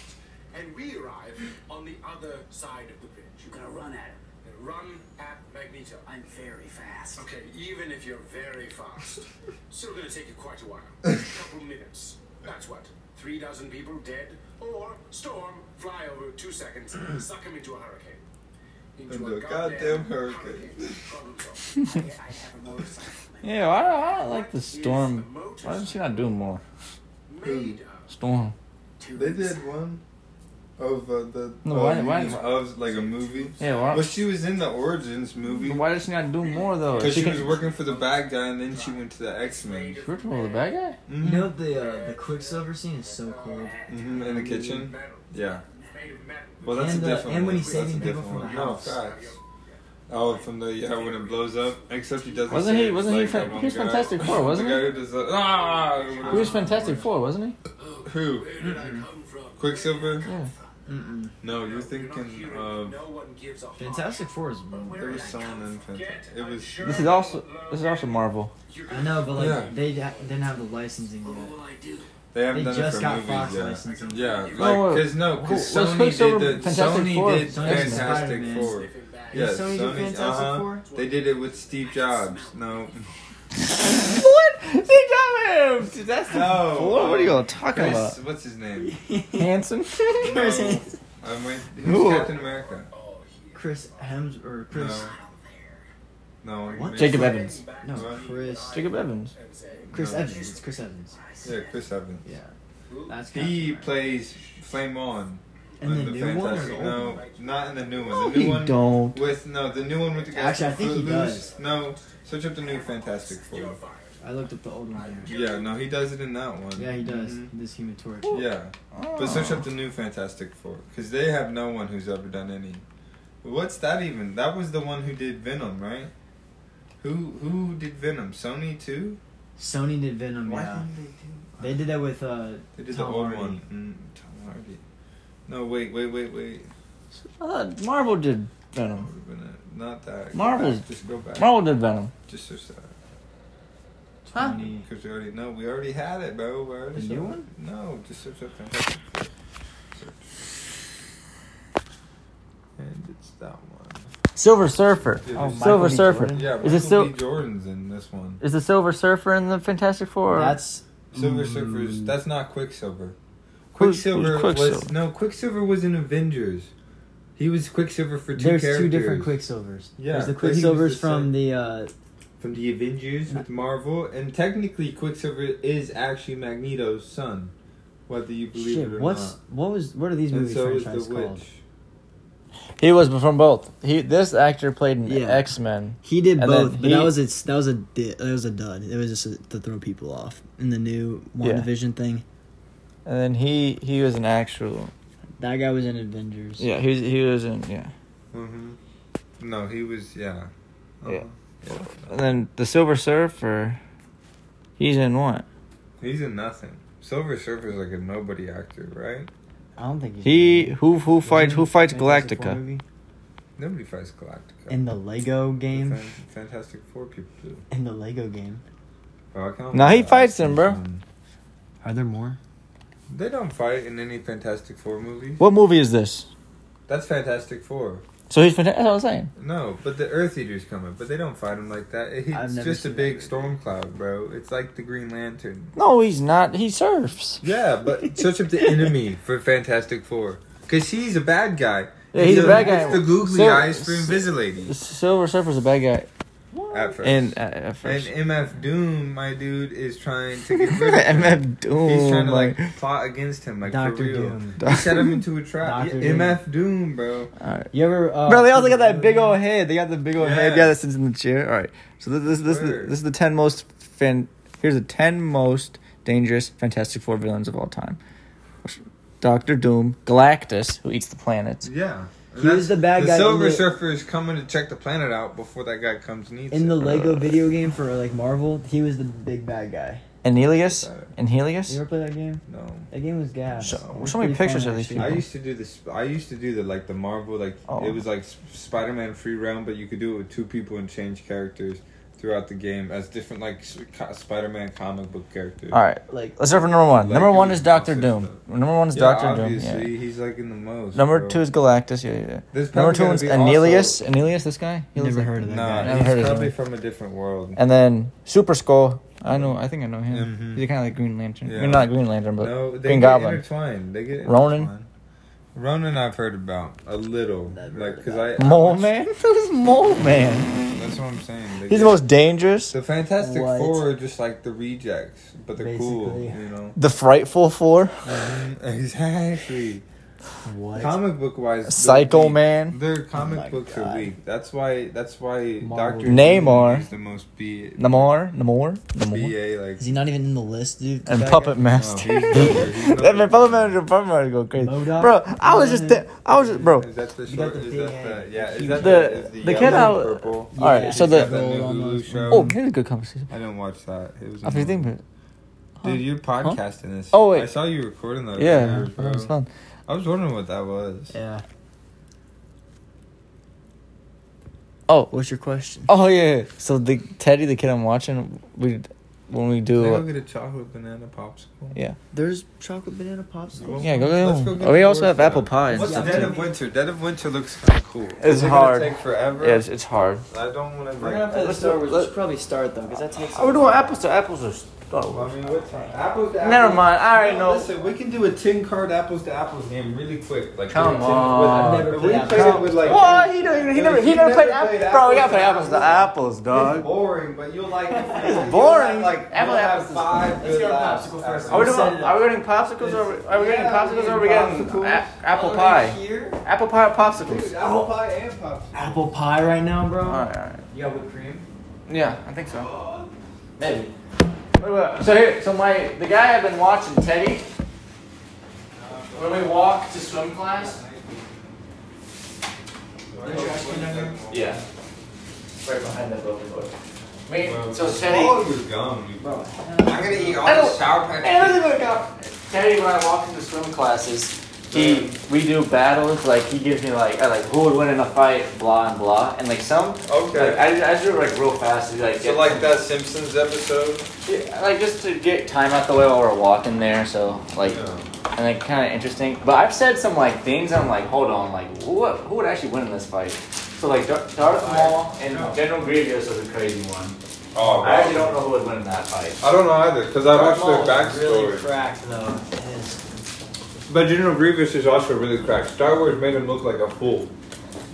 Speaker 7: And we arrive on the other side of the bridge.
Speaker 9: I'm gonna run at him.
Speaker 7: Then Run at Magneto.
Speaker 9: I'm very fast.
Speaker 7: Okay, even if you're very fast, still gonna take you quite a while. A couple minutes. That's what. Three dozen people dead, or storm, fly over two seconds, suck him into a hurricane.
Speaker 1: Into a goddamn hurricane.
Speaker 7: Problem solved.
Speaker 9: I, I have a motorcycle.
Speaker 3: Yeah, why, why don't I like the storm? Why doesn't she not do more?
Speaker 7: Made
Speaker 3: Storm.
Speaker 1: They did one of uh, the
Speaker 3: No,
Speaker 1: oh,
Speaker 3: why-
Speaker 1: you
Speaker 3: why-
Speaker 1: mean of like a movie.
Speaker 3: Yeah, why-
Speaker 1: But she was in the Origins movie
Speaker 3: Why does she not do more though?
Speaker 1: because she,
Speaker 3: can-
Speaker 1: was working for the bad guy, and then she went to the Mm-hmm. X Men
Speaker 3: First of all, the bad guy.
Speaker 4: You know the uh, the Quicksilver scene is so cool.
Speaker 1: hmm in the kitchen. Yeah. Well, that's
Speaker 4: And,
Speaker 1: a
Speaker 4: uh,
Speaker 1: different
Speaker 4: and when
Speaker 1: one.
Speaker 4: he's
Speaker 1: That's
Speaker 4: saving
Speaker 1: a
Speaker 4: people
Speaker 1: different
Speaker 4: from
Speaker 1: one.
Speaker 4: the house.
Speaker 1: No, facts. Oh, from the yeah when it blows up. Except he doesn't.
Speaker 3: Wasn't
Speaker 1: say
Speaker 3: he-
Speaker 1: it,
Speaker 3: wasn't he
Speaker 1: like
Speaker 3: fa-
Speaker 1: that one
Speaker 3: he was
Speaker 1: guy-
Speaker 3: Fantastic Four, wasn't
Speaker 1: the
Speaker 3: he?
Speaker 1: Guy who does the, ah,
Speaker 3: He was Fantastic Four, wasn't he?
Speaker 7: Oh,
Speaker 1: Who? Mm-hmm. Quicksilver?
Speaker 3: Yeah.
Speaker 4: Mm-mm.
Speaker 1: No, you're thinking of
Speaker 7: No one gives a fuck.
Speaker 4: Fantastic Four is.
Speaker 1: there was someone in Fantastic. It was
Speaker 3: This is also this is also Marvel.
Speaker 4: I know, but like
Speaker 1: Yeah.
Speaker 4: they ha- didn't have the licensing
Speaker 9: What
Speaker 4: yet.
Speaker 9: will I do?
Speaker 1: they haven't
Speaker 4: They
Speaker 1: done it
Speaker 4: just
Speaker 1: for
Speaker 4: got
Speaker 1: movies
Speaker 4: Fox
Speaker 1: yet.
Speaker 4: licensing.
Speaker 1: Yeah, like
Speaker 3: No,
Speaker 1: because no,
Speaker 3: who-
Speaker 1: because
Speaker 3: was
Speaker 1: Sony
Speaker 3: Quicksilver
Speaker 1: did the
Speaker 3: Fantastic
Speaker 1: Sony
Speaker 3: Four?
Speaker 1: did
Speaker 4: Sony did
Speaker 1: Fantastic
Speaker 4: Spider-Man.
Speaker 1: Four.
Speaker 4: Did
Speaker 1: Yeah,
Speaker 4: Sony do Fantastic
Speaker 1: uh-huh.
Speaker 4: Four?
Speaker 1: They did it with Steve Jobs. No,
Speaker 3: What? They got him. Dude, that's the
Speaker 1: No.
Speaker 3: four? What are you all talking
Speaker 1: Chris,
Speaker 3: about?
Speaker 1: what's his name?
Speaker 3: Hanson.
Speaker 1: No. I'm wait-
Speaker 3: Who?
Speaker 1: who's Captain America?
Speaker 7: Oh,
Speaker 4: Chris Hems or Chris.
Speaker 1: No, no. you
Speaker 4: What?
Speaker 1: missed
Speaker 3: Jacob
Speaker 1: it.
Speaker 3: Evans.
Speaker 4: No,
Speaker 1: What?
Speaker 4: Chris.
Speaker 3: Jacob Evans.
Speaker 4: Chris
Speaker 1: No.
Speaker 4: Evans. It's Chris Evans.
Speaker 1: Yeah, Chris Evans.
Speaker 4: Yeah. That's
Speaker 1: He
Speaker 4: Captain America.
Speaker 1: plays Flame On.
Speaker 4: And
Speaker 1: on
Speaker 4: the new one or
Speaker 1: Fantastic-
Speaker 4: the old
Speaker 1: No, not in the new one.
Speaker 3: No,
Speaker 1: the new
Speaker 3: he
Speaker 1: one
Speaker 3: don't.
Speaker 1: with no, the new one with the guy.
Speaker 4: Actually, I
Speaker 1: from
Speaker 4: think he
Speaker 1: Footloose.
Speaker 4: does.
Speaker 1: No, search up the new Fantastic Four.
Speaker 4: I looked up the old one. Here.
Speaker 1: Yeah, no, he does it in that one.
Speaker 4: Yeah, he does.
Speaker 1: Mhm.
Speaker 2: Mm-hmm.
Speaker 4: This Human Torch.
Speaker 1: Yeah,
Speaker 3: Oh.
Speaker 1: but search up the new Fantastic Four because they have no one who's ever done any. What's that even? That was the one who did Venom, right? Who who did Venom? Sony too?
Speaker 4: Sony did Venom.
Speaker 1: Why
Speaker 4: Yeah.
Speaker 1: didn't they do?
Speaker 4: They did that with uh.
Speaker 1: They did
Speaker 4: Tom
Speaker 1: the old
Speaker 4: Hardy.
Speaker 1: one. Mm, Tom Hardy. No, wait, wait, wait, wait.
Speaker 3: Uh, Marvel did
Speaker 1: That
Speaker 3: Venom.
Speaker 1: would've been it. Not that. Go
Speaker 3: Marvel's-
Speaker 1: back, Just go back.
Speaker 3: Marvel did Venom.
Speaker 1: Just so sad.
Speaker 3: Huh?
Speaker 4: Tony-
Speaker 1: Because we already know. We already had it, bro. We already
Speaker 4: The
Speaker 1: saw
Speaker 4: new
Speaker 1: it.
Speaker 4: one?
Speaker 1: No, just search up Fantastic Four. Search. And it's that one.
Speaker 5: Silver Surfer.
Speaker 1: Yeah,
Speaker 3: Oh,
Speaker 1: there's-
Speaker 3: Silver
Speaker 5: Michael B.
Speaker 3: Surfer.
Speaker 5: Jordan?
Speaker 1: Yeah,
Speaker 5: Is
Speaker 1: Michael
Speaker 5: it still
Speaker 1: B. Jordan's in this one.
Speaker 5: is the Silver Surfer in the Fantastic Four?
Speaker 4: That's
Speaker 1: Silver
Speaker 4: Mm.
Speaker 1: Surfer's. That's not Quicksilver. Quicksilver,
Speaker 5: who's Quicksilver?
Speaker 1: was no. Quicksilver was in Avengers. He was Quicksilver for two
Speaker 4: there's
Speaker 1: characters.
Speaker 4: two different Quicksilvers.
Speaker 1: Yeah,
Speaker 4: There's the
Speaker 1: but he was the
Speaker 4: Quicksilvers from
Speaker 1: same.
Speaker 4: the uh.
Speaker 1: from the Avengers with Marvel, and technically Quicksilver is actually Magneto's son, whether you believe it
Speaker 4: Shit.
Speaker 1: or
Speaker 4: What's
Speaker 1: not.
Speaker 4: what was what are these
Speaker 1: And
Speaker 4: movie
Speaker 1: so is
Speaker 4: franchises
Speaker 1: the
Speaker 4: called?
Speaker 1: witch.
Speaker 5: he was from both. He this actor played in
Speaker 4: Yeah.
Speaker 5: X Men.
Speaker 4: He did
Speaker 5: And
Speaker 4: both,
Speaker 5: then
Speaker 4: but that
Speaker 5: he-
Speaker 4: was a that was a di- that was a dud. It was just a, to throw people off in the new
Speaker 5: Yeah.
Speaker 4: WandaVision thing.
Speaker 5: And then he he was an actual
Speaker 4: That guy was in Avengers.
Speaker 5: Yeah, he was, he was in yeah.
Speaker 1: hmm No, he was yeah. Uh-huh.
Speaker 5: Yeah. And then the Silver Surfer he's in what?
Speaker 1: He's in nothing. Silver Surfer's like a nobody actor, right?
Speaker 3: I don't think he's
Speaker 6: He
Speaker 3: dead.
Speaker 6: who who fights who fights
Speaker 2: Fantastic Four
Speaker 6: Galactica?
Speaker 2: movie?
Speaker 1: Nobody fights Galactica.
Speaker 2: In the Lego game.
Speaker 1: Fan- Fantastic Four people do.
Speaker 2: In the Lego game.
Speaker 1: Bro, I can't
Speaker 6: Nah, he
Speaker 1: remember.
Speaker 6: fights him, bro.
Speaker 1: Um,
Speaker 2: Are there more?
Speaker 1: They don't fight in any Fantastic Four movie.
Speaker 6: What movie is this?
Speaker 1: That's Fantastic Four.
Speaker 6: So he's fantastic. That's what I'm saying.
Speaker 1: No, but the Earth Eater's coming, but they don't fight him like that. It-
Speaker 2: I've
Speaker 1: It's
Speaker 2: never
Speaker 1: just a
Speaker 2: seen
Speaker 1: big
Speaker 2: that
Speaker 1: storm cloud, bro. It's like the Green Lantern.
Speaker 6: No, he's not. He surfs.
Speaker 1: Yeah, but search up the enemy for Fantastic Four. Because he's a bad guy.
Speaker 6: Yeah, he's a bad guy.
Speaker 1: It's the googly
Speaker 6: Sil-
Speaker 1: eyes for
Speaker 6: Sil-
Speaker 1: Invisilady.
Speaker 6: Silver Surfer's a bad guy.
Speaker 1: At first.
Speaker 6: And uh, at
Speaker 1: And
Speaker 6: first,
Speaker 1: MF Doom, my dude, is trying to get rid of him.
Speaker 6: MF Doom.
Speaker 1: He's trying to
Speaker 6: like,
Speaker 1: like plot against him, like for
Speaker 2: Doctor
Speaker 1: real.
Speaker 2: Doom.
Speaker 1: He set him into a trap.
Speaker 2: Doctor
Speaker 1: Yeah, MF Doom, bro.
Speaker 6: Alright.
Speaker 2: You ever? Uh,
Speaker 6: Bro, they also got that big old head. They got the big old head.
Speaker 1: Yeah.
Speaker 6: Yeah, that sits in the chair. All right. So this this this,
Speaker 1: Word.
Speaker 6: this is the ten most fan. Here's the ten most dangerous Fantastic Four villains of all time. Doctor Doom, Galactus, who eats the planets.
Speaker 1: Yeah. And
Speaker 2: He
Speaker 1: that's-
Speaker 2: was the bad guy in
Speaker 1: Silver
Speaker 2: the-
Speaker 1: Surfer is coming to check the planet out before that guy comes and eats
Speaker 2: in the
Speaker 1: it.
Speaker 2: Lego video game for like Marvel. He was the big bad guy.
Speaker 6: Enelius,
Speaker 2: You
Speaker 6: Enelius.
Speaker 2: ever play that game?
Speaker 1: No.
Speaker 2: That game was gas.
Speaker 6: So-
Speaker 2: It was
Speaker 6: so many
Speaker 2: pretty
Speaker 6: pictures
Speaker 2: fun,
Speaker 6: of these
Speaker 2: actually.
Speaker 1: I used to do this. I used to do the like the Marvel like
Speaker 6: Oh.
Speaker 1: it was like Spider Man free round, but you could do it with two people and change characters throughout the game as different like Spider Man comic book characters.
Speaker 6: All right.
Speaker 2: Like
Speaker 6: Let's start from number one.
Speaker 1: Like
Speaker 6: number one
Speaker 1: you-
Speaker 6: is Doctor
Speaker 1: I'll say
Speaker 6: Doom.
Speaker 1: stuff.
Speaker 6: Number one is
Speaker 1: Yeah,
Speaker 6: Doctor Doom.
Speaker 1: obviously
Speaker 6: Yeah.
Speaker 1: he's like in the most.
Speaker 6: Number
Speaker 1: bro.
Speaker 6: two is Galactus. Yeah, yeah. yeah.
Speaker 1: There's
Speaker 6: Number
Speaker 1: probably
Speaker 6: two
Speaker 1: gonna
Speaker 6: is
Speaker 1: be
Speaker 6: Enelius. Enelius, this guy. He looks
Speaker 2: Never
Speaker 6: like-
Speaker 2: heard of that
Speaker 1: Nah,
Speaker 2: guy.
Speaker 6: Never heard of
Speaker 1: he's probably
Speaker 6: him.
Speaker 1: from a different world.
Speaker 6: And then Super Skull. I know. I think I know him.
Speaker 1: Mhm.
Speaker 2: Mm-hmm.
Speaker 6: He's kind of like Green Lantern.
Speaker 1: Yeah.
Speaker 6: I mean, not Green Lantern, but
Speaker 1: No, they
Speaker 6: Green
Speaker 1: get
Speaker 6: Goblin.
Speaker 1: intertwined. They get
Speaker 6: Ronin?
Speaker 1: intertwined. Ronin, I've heard about a little,
Speaker 2: Never
Speaker 1: like
Speaker 2: heard
Speaker 1: because I
Speaker 6: Mole Man. Who's Mole Man?
Speaker 1: That's what I'm saying. They
Speaker 6: He's
Speaker 1: get-
Speaker 6: the most dangerous.
Speaker 1: The Fantastic
Speaker 2: What?
Speaker 1: Four are just like the rejects, but they're cool.
Speaker 2: Basically.
Speaker 1: You know. Mm-hmm.
Speaker 6: The Frightful Four.
Speaker 1: Exactly.
Speaker 2: what?
Speaker 1: Comic book wise,
Speaker 6: Psycho Man.
Speaker 1: Their
Speaker 2: Oh
Speaker 1: comic
Speaker 2: my
Speaker 1: books
Speaker 2: God.
Speaker 1: are weak. That's why. That's why
Speaker 2: Marvel.
Speaker 1: Doctor
Speaker 6: Namor.
Speaker 1: is the most B.
Speaker 6: Namor. Namor. Namor.
Speaker 1: BA like.
Speaker 2: Is he not even in the list, dude? The
Speaker 6: And
Speaker 2: bad
Speaker 6: Puppet
Speaker 2: guy? Oh,
Speaker 6: Master.
Speaker 1: No, he's better. He's
Speaker 6: that man,
Speaker 1: better.
Speaker 6: Puppet Master. Puppet Master go crazy.
Speaker 2: Modok?
Speaker 6: Bro, I was just. Th- I was just. Bro.
Speaker 1: Is that the
Speaker 2: You got
Speaker 1: short?
Speaker 2: the
Speaker 1: Is
Speaker 2: big
Speaker 1: that the
Speaker 2: head.
Speaker 1: yeah? Is
Speaker 2: Huge.
Speaker 1: that
Speaker 6: The-
Speaker 1: is
Speaker 6: the
Speaker 1: yellow
Speaker 6: kid
Speaker 1: and
Speaker 6: out-
Speaker 1: Purple?
Speaker 6: All right. So
Speaker 1: Is that
Speaker 6: the.
Speaker 1: the new
Speaker 2: Gold on
Speaker 1: Hulu
Speaker 2: those-
Speaker 1: show?
Speaker 6: Oh, here's a good conversation.
Speaker 1: I didn't watch that. It was.
Speaker 6: I was
Speaker 1: annoying.
Speaker 6: thinking. about it.
Speaker 1: Dude, you're podcasting this.
Speaker 6: Oh, wait.
Speaker 1: I saw you recording that.
Speaker 6: Yeah,
Speaker 1: earlier,
Speaker 6: that was
Speaker 1: bro.
Speaker 6: fun.
Speaker 1: I was wondering what that was.
Speaker 2: Yeah.
Speaker 6: Oh,
Speaker 2: What's your question?
Speaker 6: Oh yeah. yeah. So the Teddy, the kid I'm watching, we when we
Speaker 1: Can I
Speaker 6: do.
Speaker 1: go get a chocolate banana popsicle.
Speaker 6: yeah.
Speaker 2: There's chocolate banana popsicles.
Speaker 6: Yeah, go get
Speaker 1: Let's
Speaker 6: one.
Speaker 1: go get
Speaker 6: Oh, we
Speaker 1: the
Speaker 6: also have
Speaker 1: Oreo.
Speaker 6: apple pie and
Speaker 1: What's
Speaker 6: stuff,
Speaker 1: Dead
Speaker 6: too.
Speaker 1: of Winter? Dead of Winter looks kind of cool.
Speaker 6: It's
Speaker 1: Is it
Speaker 6: hard.
Speaker 1: Gonna take forever.
Speaker 6: it's hard.
Speaker 1: I don't want to.
Speaker 4: We're gonna play the
Speaker 6: Let's-
Speaker 4: Star Wars. We
Speaker 6: let-
Speaker 4: should probably start though, because that takes.
Speaker 6: Oh, we're doing apples to apples to Star
Speaker 1: I
Speaker 6: Wars.
Speaker 1: mean, what time? Apples to apples.
Speaker 6: Never mind. I already
Speaker 1: No,
Speaker 6: know.
Speaker 1: Listen, we can do a tin card apples to apples game really quick. Like
Speaker 6: Come
Speaker 1: with-
Speaker 6: on.
Speaker 1: with-
Speaker 4: Never
Speaker 1: we
Speaker 4: played
Speaker 1: played it with like.
Speaker 6: What? He don't even. He
Speaker 1: No,
Speaker 6: never. He
Speaker 1: you
Speaker 6: never
Speaker 1: never
Speaker 6: played
Speaker 1: played
Speaker 6: apples. Bro, we gotta
Speaker 1: apples
Speaker 6: play
Speaker 1: to
Speaker 6: apples to apples,
Speaker 1: It's
Speaker 6: dog.
Speaker 1: boring, but you'll like. It's
Speaker 6: boring.
Speaker 1: Like,
Speaker 6: Apple
Speaker 1: apple
Speaker 6: to
Speaker 1: have
Speaker 6: apples is-
Speaker 1: five
Speaker 4: Let's
Speaker 1: good
Speaker 4: go
Speaker 1: laughs
Speaker 4: popsicle first.
Speaker 6: Are we
Speaker 1: after.
Speaker 6: doing? Are we getting popsicles? Or are we, are we getting
Speaker 1: Yeah,
Speaker 6: popsicles? Or are we getting
Speaker 1: popsicles. Oh,
Speaker 6: a- apple pie?
Speaker 4: Here,
Speaker 6: Apple pie or
Speaker 1: Dude,
Speaker 6: popsicles?
Speaker 1: apple pie and popsicle.
Speaker 2: Apple pie right now, bro.
Speaker 6: All right, all right.
Speaker 4: you got whipped cream.
Speaker 6: Yeah, I think so.
Speaker 4: Maybe.
Speaker 6: Wait, wait, So here, so my the guy I've been watching, Teddy. When we walk to swim class. Yeah. Right behind that building. Me, so Teddy.
Speaker 1: All your gum, Oh, you-
Speaker 4: Bro,
Speaker 1: I'm gonna eat all
Speaker 6: I
Speaker 1: the
Speaker 6: don't-
Speaker 1: sour
Speaker 6: Hey,
Speaker 1: patch.
Speaker 6: listen to it, go. Teddy, when I walk into swim classes, he we do battles. Like he gives me like I like who would win in a fight, blah and blah, and like some.
Speaker 1: Okay.
Speaker 6: Like, I I do it like real fast. He's like
Speaker 1: So
Speaker 6: get-
Speaker 1: like that Simpsons episode.
Speaker 6: Yeah, like just to get time out the way while we're walking there. So like. and like kind of interesting. But I've said some like things. I'm like, hold on, like what? Who would actually win in this fight? So like Dar- Darth Maul and General Grievous was a crazy one.
Speaker 1: Oh,
Speaker 6: I actually don't know who would win in that fight.
Speaker 1: I don't know either because I watched their backstory.
Speaker 4: Really cracked though. It is.
Speaker 1: but General Grievous is also really cracked. Star Wars made him look like a fool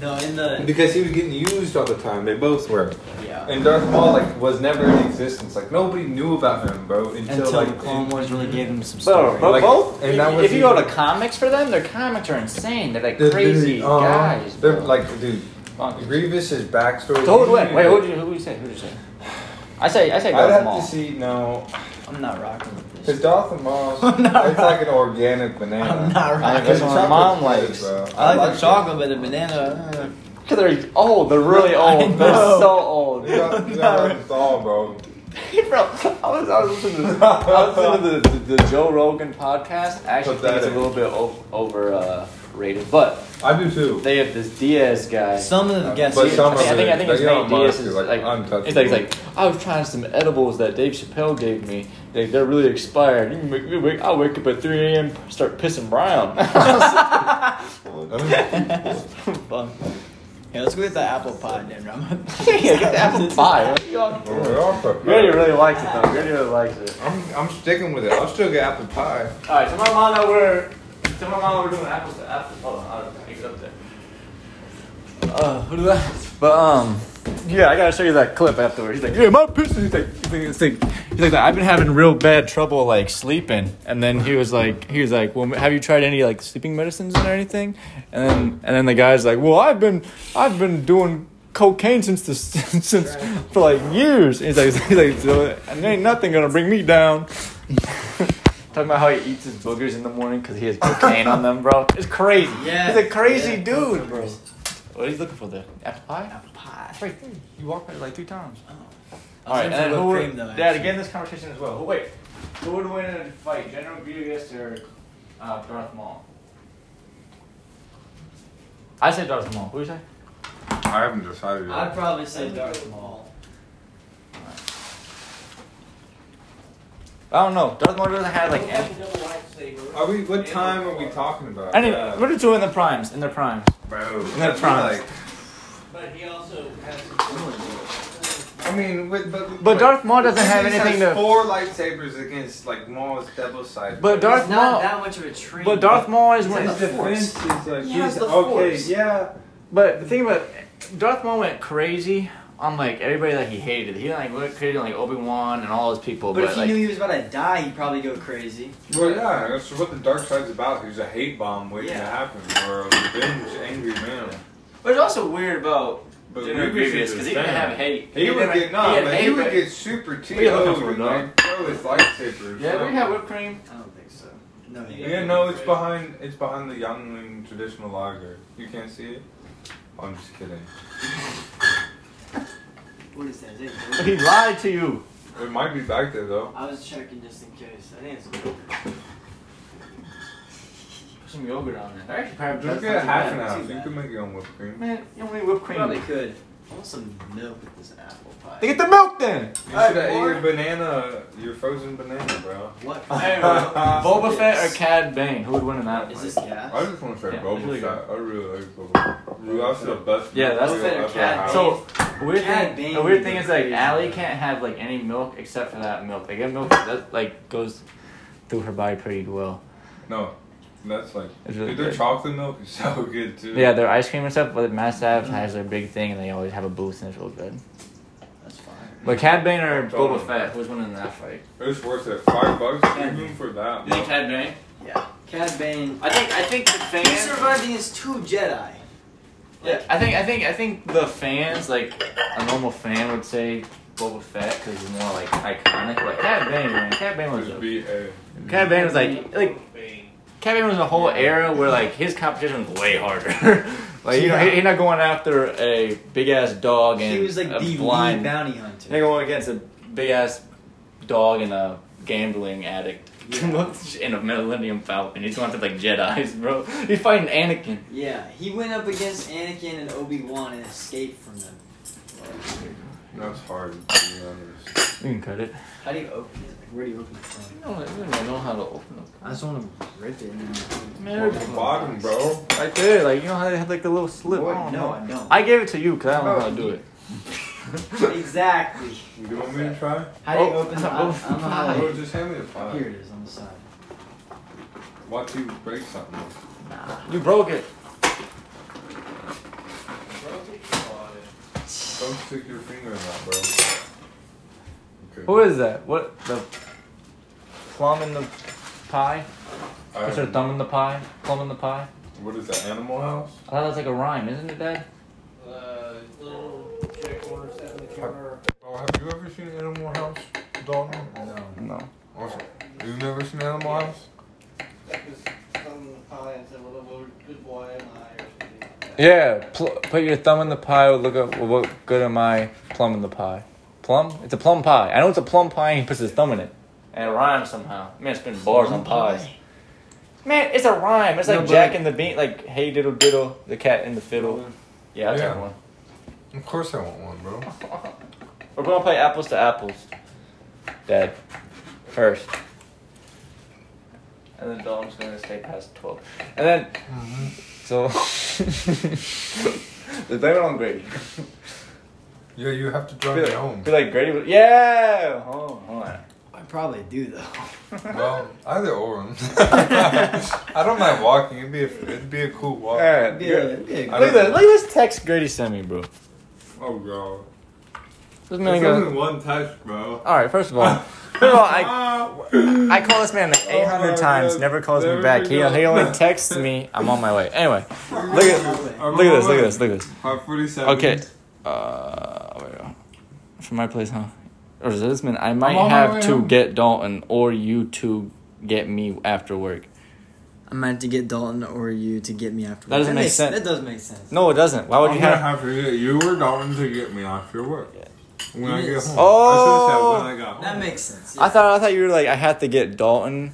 Speaker 4: No, in the
Speaker 1: because he was getting used all the time. They both were.
Speaker 4: yeah.
Speaker 1: And Darth Maul like was never in existence. Like nobody knew about him, bro, until,
Speaker 4: Until
Speaker 1: like
Speaker 4: the Clone Wars really gave him some
Speaker 6: But,
Speaker 4: story.
Speaker 6: but
Speaker 1: Like,
Speaker 6: both,
Speaker 1: and
Speaker 6: if,
Speaker 1: that was
Speaker 6: if you go
Speaker 1: even-
Speaker 6: to comics for them, their comics are insane. They're like
Speaker 1: the- the-
Speaker 6: crazy
Speaker 1: uh,
Speaker 6: guys.
Speaker 1: They're
Speaker 6: bro.
Speaker 1: like, dude,
Speaker 6: Bonkers.
Speaker 1: Grievous's backstory.
Speaker 6: So who would win? Wait, who would you, who would you say? Who would you say? I say I say
Speaker 1: I'd
Speaker 6: Darth
Speaker 1: have
Speaker 6: Maul.
Speaker 1: to see no,
Speaker 4: I'm not rocking with
Speaker 1: because
Speaker 4: this.
Speaker 1: Darth Maul, it's like an organic banana.
Speaker 4: I'm not
Speaker 6: I
Speaker 4: rocking.
Speaker 6: think that's what my
Speaker 1: Chocolate
Speaker 6: mom
Speaker 1: flakes,
Speaker 6: likes.
Speaker 1: bro.
Speaker 4: I like
Speaker 1: it.
Speaker 4: the chocolate, but the banana.
Speaker 6: Cause they're Oh, old. They're really old. They're
Speaker 4: know.
Speaker 6: so old.
Speaker 1: You got, you got it all, bro.
Speaker 6: bro, I was, I was listening to, I was listening to the, the, the Joe Rogan podcast. I actually think it's a
Speaker 1: Pathetic.
Speaker 6: little bit o- over uh, rated, but
Speaker 1: I do too.
Speaker 6: they have this Diaz guy.
Speaker 4: Some of the guests.
Speaker 1: But
Speaker 6: I
Speaker 1: some
Speaker 6: think, I
Speaker 1: of
Speaker 6: think,
Speaker 1: it,
Speaker 6: I think it's
Speaker 1: they get
Speaker 6: Nate
Speaker 1: on my
Speaker 6: Diaz
Speaker 1: skin,
Speaker 6: is
Speaker 1: like,
Speaker 6: like,
Speaker 1: untouchable.
Speaker 6: it's like, he's like, I was trying some edibles that Dave Chappelle gave me. They, they're really expired. You can make me wake, I'll wake up at 3 a.m. start pissing brown. Fun.
Speaker 4: Yeah, let's go get the apple pie dinner. I'm
Speaker 6: yeah, get the apple pie. What are you all- Granny really likes it though. Granny really likes it.
Speaker 1: I'm, I'm sticking with it. I'll still get apple pie.
Speaker 6: All right, tell my mom that we're tell my mom we're doing apples to apples. Hold on, I'll pick it up there. Uh, what do I? But um, yeah, I gotta show you that clip afterwards. He's like, yeah, my piss. He's like, he's like, he's like, he's like, I've been having real bad trouble like sleeping. And then he was like, he was like, well, have you tried any like sleeping medicines or anything? And then and then the guy's like, well, I've been I've been doing cocaine since the since for like years. And he's like, he's like, so, and ain't nothing gonna bring me down. Talking about how he eats his boogers in the morning because he has cocaine on them, bro. It's crazy.
Speaker 4: Yeah,
Speaker 6: He's a crazy
Speaker 4: yeah,
Speaker 6: dude,
Speaker 4: boogers.
Speaker 6: bro. What are you looking for there? Apple pie?
Speaker 4: Apple pie. Oh.
Speaker 6: Right there. You walked by it like three times.
Speaker 4: All right,
Speaker 6: Alright, and then who
Speaker 4: whipped
Speaker 6: would,
Speaker 4: cream, though,
Speaker 6: Dad,
Speaker 4: actually.
Speaker 6: again, this conversation as well. Who, wait, who would win in a fight, General Grievous or uh, Darth Maul? I said Darth Maul. What do you say?
Speaker 1: I haven't decided yet.
Speaker 4: I'd probably say Darth Maul.
Speaker 6: I don't know. Darth Maul doesn't have like. Any,
Speaker 1: Are we? What time are we talking about?
Speaker 6: I didn't-
Speaker 1: Yeah.
Speaker 6: what are two in the primes? In their primes.
Speaker 1: Bro,
Speaker 6: That's fine.
Speaker 1: Like, I mean, with, but
Speaker 6: But Darth Maul doesn't have
Speaker 1: He has
Speaker 6: anything to.
Speaker 1: Four lightsabers against like Maul's double sided.
Speaker 6: But Darth
Speaker 4: It's not
Speaker 6: Maul.
Speaker 4: that much of a tree.
Speaker 6: But Darth Maul is one
Speaker 1: his
Speaker 6: of the
Speaker 1: defense
Speaker 6: force.
Speaker 1: is like
Speaker 4: He has
Speaker 1: he's
Speaker 4: the
Speaker 1: okay.
Speaker 4: Force.
Speaker 1: Yeah,
Speaker 6: But the thing about Darth Maul went crazy on like everybody that he hated. He like went crazy on like Obi Wan and all his people.
Speaker 4: But,
Speaker 6: But,
Speaker 4: if he
Speaker 6: like,
Speaker 4: knew he was about to die, he'd probably go crazy.
Speaker 1: well, yeah. That's what the dark side's about. He's a hate bomb waiting to
Speaker 4: Yeah.
Speaker 1: happen, or a revenge angry man.
Speaker 6: But it's also weird about
Speaker 1: But
Speaker 6: General
Speaker 1: Grievous
Speaker 6: Grievous
Speaker 1: is
Speaker 6: because
Speaker 1: a
Speaker 6: he didn't
Speaker 1: fan.
Speaker 6: have hate.
Speaker 1: He, would
Speaker 6: didn't-
Speaker 1: get nah,
Speaker 6: had
Speaker 1: but
Speaker 6: hate,
Speaker 1: he would
Speaker 6: but-
Speaker 1: get super
Speaker 6: are you looking
Speaker 1: TO'd
Speaker 6: for,
Speaker 1: and
Speaker 6: dog?
Speaker 1: like throw his lightsabers.
Speaker 6: Yeah, we have whipped cream.
Speaker 4: I don't think so. No, he
Speaker 1: Yeah, no, it's behind it's behind the Youngling traditional lager. You can't see it. Oh, I'm just kidding.
Speaker 4: What is that? Is it Joker?
Speaker 6: He lied to you.
Speaker 1: It might be back there though.
Speaker 4: I was checking just in case. I think it's Joker.
Speaker 6: Put some yogurt on there. Actually, probably
Speaker 1: Just
Speaker 6: that's
Speaker 1: get
Speaker 6: not
Speaker 1: a
Speaker 6: too
Speaker 1: half
Speaker 6: bad.
Speaker 1: an
Speaker 4: bad.
Speaker 1: ounce.
Speaker 4: Too
Speaker 1: You
Speaker 4: bad.
Speaker 1: can make your own whipped cream.
Speaker 6: Man, you only whipped cream.
Speaker 4: Probably could. I want some milk with this apple pie.
Speaker 6: They get the milk then.
Speaker 1: You should have ate your banana, your frozen banana, bro.
Speaker 4: What?
Speaker 6: Boba Fett or Cad Bane? Who would win in that?
Speaker 4: Is
Speaker 6: fight?
Speaker 4: this
Speaker 1: I
Speaker 4: gas?
Speaker 1: just want to say
Speaker 6: Yeah,
Speaker 1: Boba
Speaker 6: it's really
Speaker 1: Fett. I really like Boba. Fett. That's the best.
Speaker 6: Yeah, that's
Speaker 1: meal
Speaker 4: better
Speaker 1: I've
Speaker 4: cat.
Speaker 1: had.
Speaker 6: So a weird
Speaker 4: Cad
Speaker 6: thing.
Speaker 4: Bane
Speaker 6: A weird thing is like
Speaker 4: would be
Speaker 6: Allie
Speaker 4: crazy.
Speaker 6: can't have like any milk except for that milk. They get milk that like goes through her body pretty well.
Speaker 1: no, that's like
Speaker 6: It's really
Speaker 1: dude, their
Speaker 6: good.
Speaker 1: chocolate milk is so good too.
Speaker 6: Yeah, their ice cream and stuff, but Mass Ave has their big thing, and they always have a booth, and it's real good.
Speaker 4: That's fine.
Speaker 6: But Cad Bane or
Speaker 1: Totally.
Speaker 6: Boba Fett, who's winning that fight?
Speaker 1: it's worth it. Five bucks even for that. bro.
Speaker 6: Cad Bane?
Speaker 4: Yeah. Cad Bane.
Speaker 6: I think I think the fans.
Speaker 4: He survived against two Jedi.
Speaker 6: Yeah, I think I think I think the fans, like a normal fan, would say Boba Fett because he's more like iconic. Like Cad Bane, man. Cad Bane was
Speaker 1: Just
Speaker 6: a,
Speaker 1: be a.
Speaker 6: Cad Bane was like like Cad Bane was a whole era where like his competition was way harder. like you know he, he's not going after a big ass dog and
Speaker 4: He was like
Speaker 6: a
Speaker 4: the lead
Speaker 6: blind.
Speaker 4: bounty
Speaker 6: They're
Speaker 4: hunter.
Speaker 6: going against a big ass dog and a gambling addict. and a Millennium Falcon. He's going after like Jedi's, bro. He's fighting Anakin.
Speaker 4: Yeah, he went up against Anakin and Obi Wan and escaped from them.
Speaker 1: That's hard. To be honest.
Speaker 6: You can cut it.
Speaker 4: How do you open it? Like, where do you open it from?
Speaker 6: No, I don't know how to open up.
Speaker 4: I just want to rip it. And then
Speaker 1: Well, the bottom, bro.
Speaker 6: Right there, like you know how they have like the little slip.
Speaker 4: Boy,
Speaker 6: I don't
Speaker 4: no,
Speaker 6: know.
Speaker 4: I don't.
Speaker 6: I gave it to you because I don't know how to do it.
Speaker 4: exactly.
Speaker 1: You want me to try?
Speaker 4: How do you
Speaker 6: Oh,
Speaker 4: open it?
Speaker 6: oh,
Speaker 4: I, I don't know how
Speaker 1: Bro,
Speaker 4: to-
Speaker 1: just hand me the pie.
Speaker 4: Here it is on the side.
Speaker 1: Watch you break something.
Speaker 6: You broke it.
Speaker 1: Don't stick your finger in that, bro. Okay.
Speaker 6: Who is that? What the plum in the pie?
Speaker 1: I-
Speaker 6: What's her thumb in the pie? Plum in the pie?
Speaker 1: what is that, Animal House?
Speaker 6: I thought that's like a rhyme, isn't it, Dad?
Speaker 1: Oh, have you ever seen Animal House, Dalton? No.
Speaker 6: No.
Speaker 1: Awesome. You've never seen Animal House?
Speaker 6: Yeah, pl- put your thumb in the pie. Look up what good am I? Plum in the pie. Plum? It's a plum pie. I know it's a plum pie and he puts his thumb in it. And it rhymes somehow. Man, it's been bars on pies. Man, it's a rhyme. It's like
Speaker 1: No, but-
Speaker 6: Jack and the Bean, like Hey Diddle Diddle, the cat and the fiddle. Yeah, I
Speaker 1: Yeah.
Speaker 6: take one.
Speaker 1: Of course I want one, bro.
Speaker 6: We're gonna play apples to apples. Dad, first. And then Dom's gonna stay past twelve. And then, so the blame it on Grady.
Speaker 1: Yeah, you have to drive
Speaker 6: Be
Speaker 1: me
Speaker 6: like,
Speaker 1: home.
Speaker 6: be like Grady. was- Yeah, hold on, hold on.
Speaker 2: I probably do though.
Speaker 1: Well, either or. I don't mind walking. It'd be a, it'd be a cool walk.
Speaker 6: All right,
Speaker 2: Yeah,
Speaker 6: Gra-
Speaker 2: yeah,
Speaker 6: look at this. Look at this text Grady sent me, bro.
Speaker 1: Oh god.
Speaker 6: This man
Speaker 1: It's
Speaker 6: goes-
Speaker 1: only one touch, bro.
Speaker 6: All right, first of all, first of all, I I call this man like 800
Speaker 1: my
Speaker 6: times,
Speaker 1: God.
Speaker 6: never calls
Speaker 1: There
Speaker 6: me back.
Speaker 1: we
Speaker 6: He, he
Speaker 1: go.
Speaker 6: only texts me, I'm on my way. Anyway, look at
Speaker 1: I'm
Speaker 6: look
Speaker 1: on
Speaker 6: at this,
Speaker 1: my
Speaker 6: look at
Speaker 1: way.
Speaker 6: this, look at this.
Speaker 1: Five forty-seven.
Speaker 6: Okay, uh, wait, uh, from my place, huh? Or does this mean I might
Speaker 1: on my way
Speaker 6: have to
Speaker 1: home.
Speaker 6: get Dalton or you to get me after work?
Speaker 2: I meant to get Dalton or you to get me after.
Speaker 6: That doesn't make
Speaker 2: makes,
Speaker 6: sense.
Speaker 2: That does make sense.
Speaker 6: No, it doesn't. Why would
Speaker 1: I'm
Speaker 6: you
Speaker 1: gonna
Speaker 6: have?
Speaker 1: have to get you or Dalton to get me off your work. When I get
Speaker 2: Yes.
Speaker 1: home.
Speaker 6: Oh!
Speaker 1: I should have said when I got home.
Speaker 2: That makes sense.
Speaker 6: I thought I thought you were like I had to get Dalton.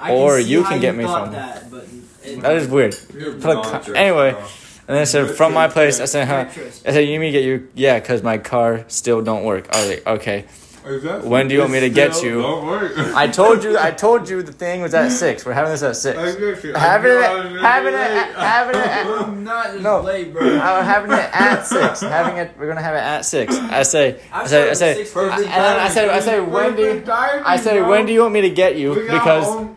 Speaker 2: I can
Speaker 6: or
Speaker 2: see
Speaker 6: you
Speaker 2: how
Speaker 6: can get me
Speaker 2: thought
Speaker 6: some.
Speaker 2: That, but it,
Speaker 6: That is weird.
Speaker 1: You're
Speaker 6: Put a
Speaker 1: not
Speaker 6: co-
Speaker 1: just,
Speaker 6: anyway.
Speaker 1: bro.
Speaker 6: And then it said, from my place. I said, huh?
Speaker 2: Pinterest.
Speaker 6: I said, you mean get your, yeah, because my car still don't work. I was like, okay.
Speaker 1: Exactly.
Speaker 6: When do you want me to
Speaker 1: It's
Speaker 6: get
Speaker 1: still
Speaker 6: you?
Speaker 1: Don't work.
Speaker 6: I told you, I told you the thing was at 6. We're having this at 6.
Speaker 1: I get you. I
Speaker 6: Having it,
Speaker 1: knew I was gonna
Speaker 6: having it,
Speaker 1: be late.
Speaker 6: having it, at-
Speaker 2: I'm not just
Speaker 6: No.
Speaker 2: late, bro.
Speaker 6: I'm having it at 6. Having it, we're going to have it at 6. I say, I say, I say,
Speaker 1: Perfect
Speaker 6: and then I said, I said, when do, you-
Speaker 1: Perfect timing,
Speaker 6: I said,
Speaker 1: bro.
Speaker 6: when do you want me to get you?
Speaker 1: We got
Speaker 6: Because
Speaker 1: home.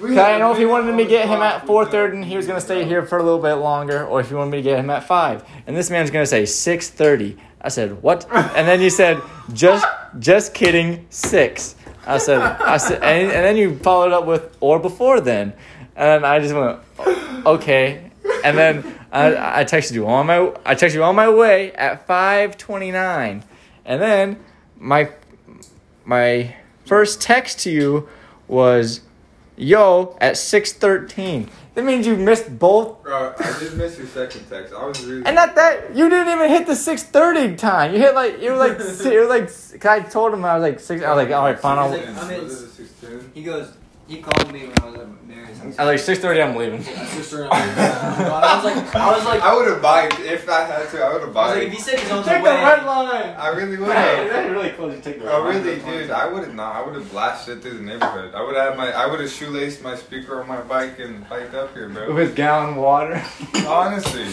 Speaker 1: We
Speaker 6: Cause
Speaker 1: had
Speaker 6: I didn't know if he
Speaker 1: big
Speaker 6: wanted me to get him at
Speaker 1: conversation.
Speaker 6: four thirty and he was gonna stay here for a little bit longer, or if you wanted me to get him at five. And this man's gonna say six thirty. I said what? And then you said just just kidding six. I said I said and, and then you followed up with or before then, and I just went "O- okay. And then I, I texted you on my I texted you on my way at five twenty nine, and then my my first text to you was yo at 6.13 that means you missed both
Speaker 1: Bro, I did miss your second text. I was really.
Speaker 6: and not that you didn't even hit the 6.30 time you hit like you were like si- you were like s- 'cause i told him i was like six i was like all right fine
Speaker 2: He's
Speaker 6: I'll,
Speaker 2: like- I'm in-
Speaker 1: Was it a 16?
Speaker 2: He goes. He called me when I was at Mary's house.
Speaker 6: I was like 6.30 i'm leaving
Speaker 2: My sister and I was like, I was like, I
Speaker 1: I would have biked if I had to. I would have
Speaker 2: was like, if
Speaker 1: biked.
Speaker 2: he said he's on his
Speaker 6: take the
Speaker 2: way,
Speaker 6: red line
Speaker 1: I really would have.
Speaker 6: really close you take the
Speaker 1: I Oh, really, dude. I would have not. I would have blasted through the neighborhood. I would have had my. I would have shoelaced my speaker on my bike and biked up here, bro.
Speaker 6: with gallon water
Speaker 1: Honestly,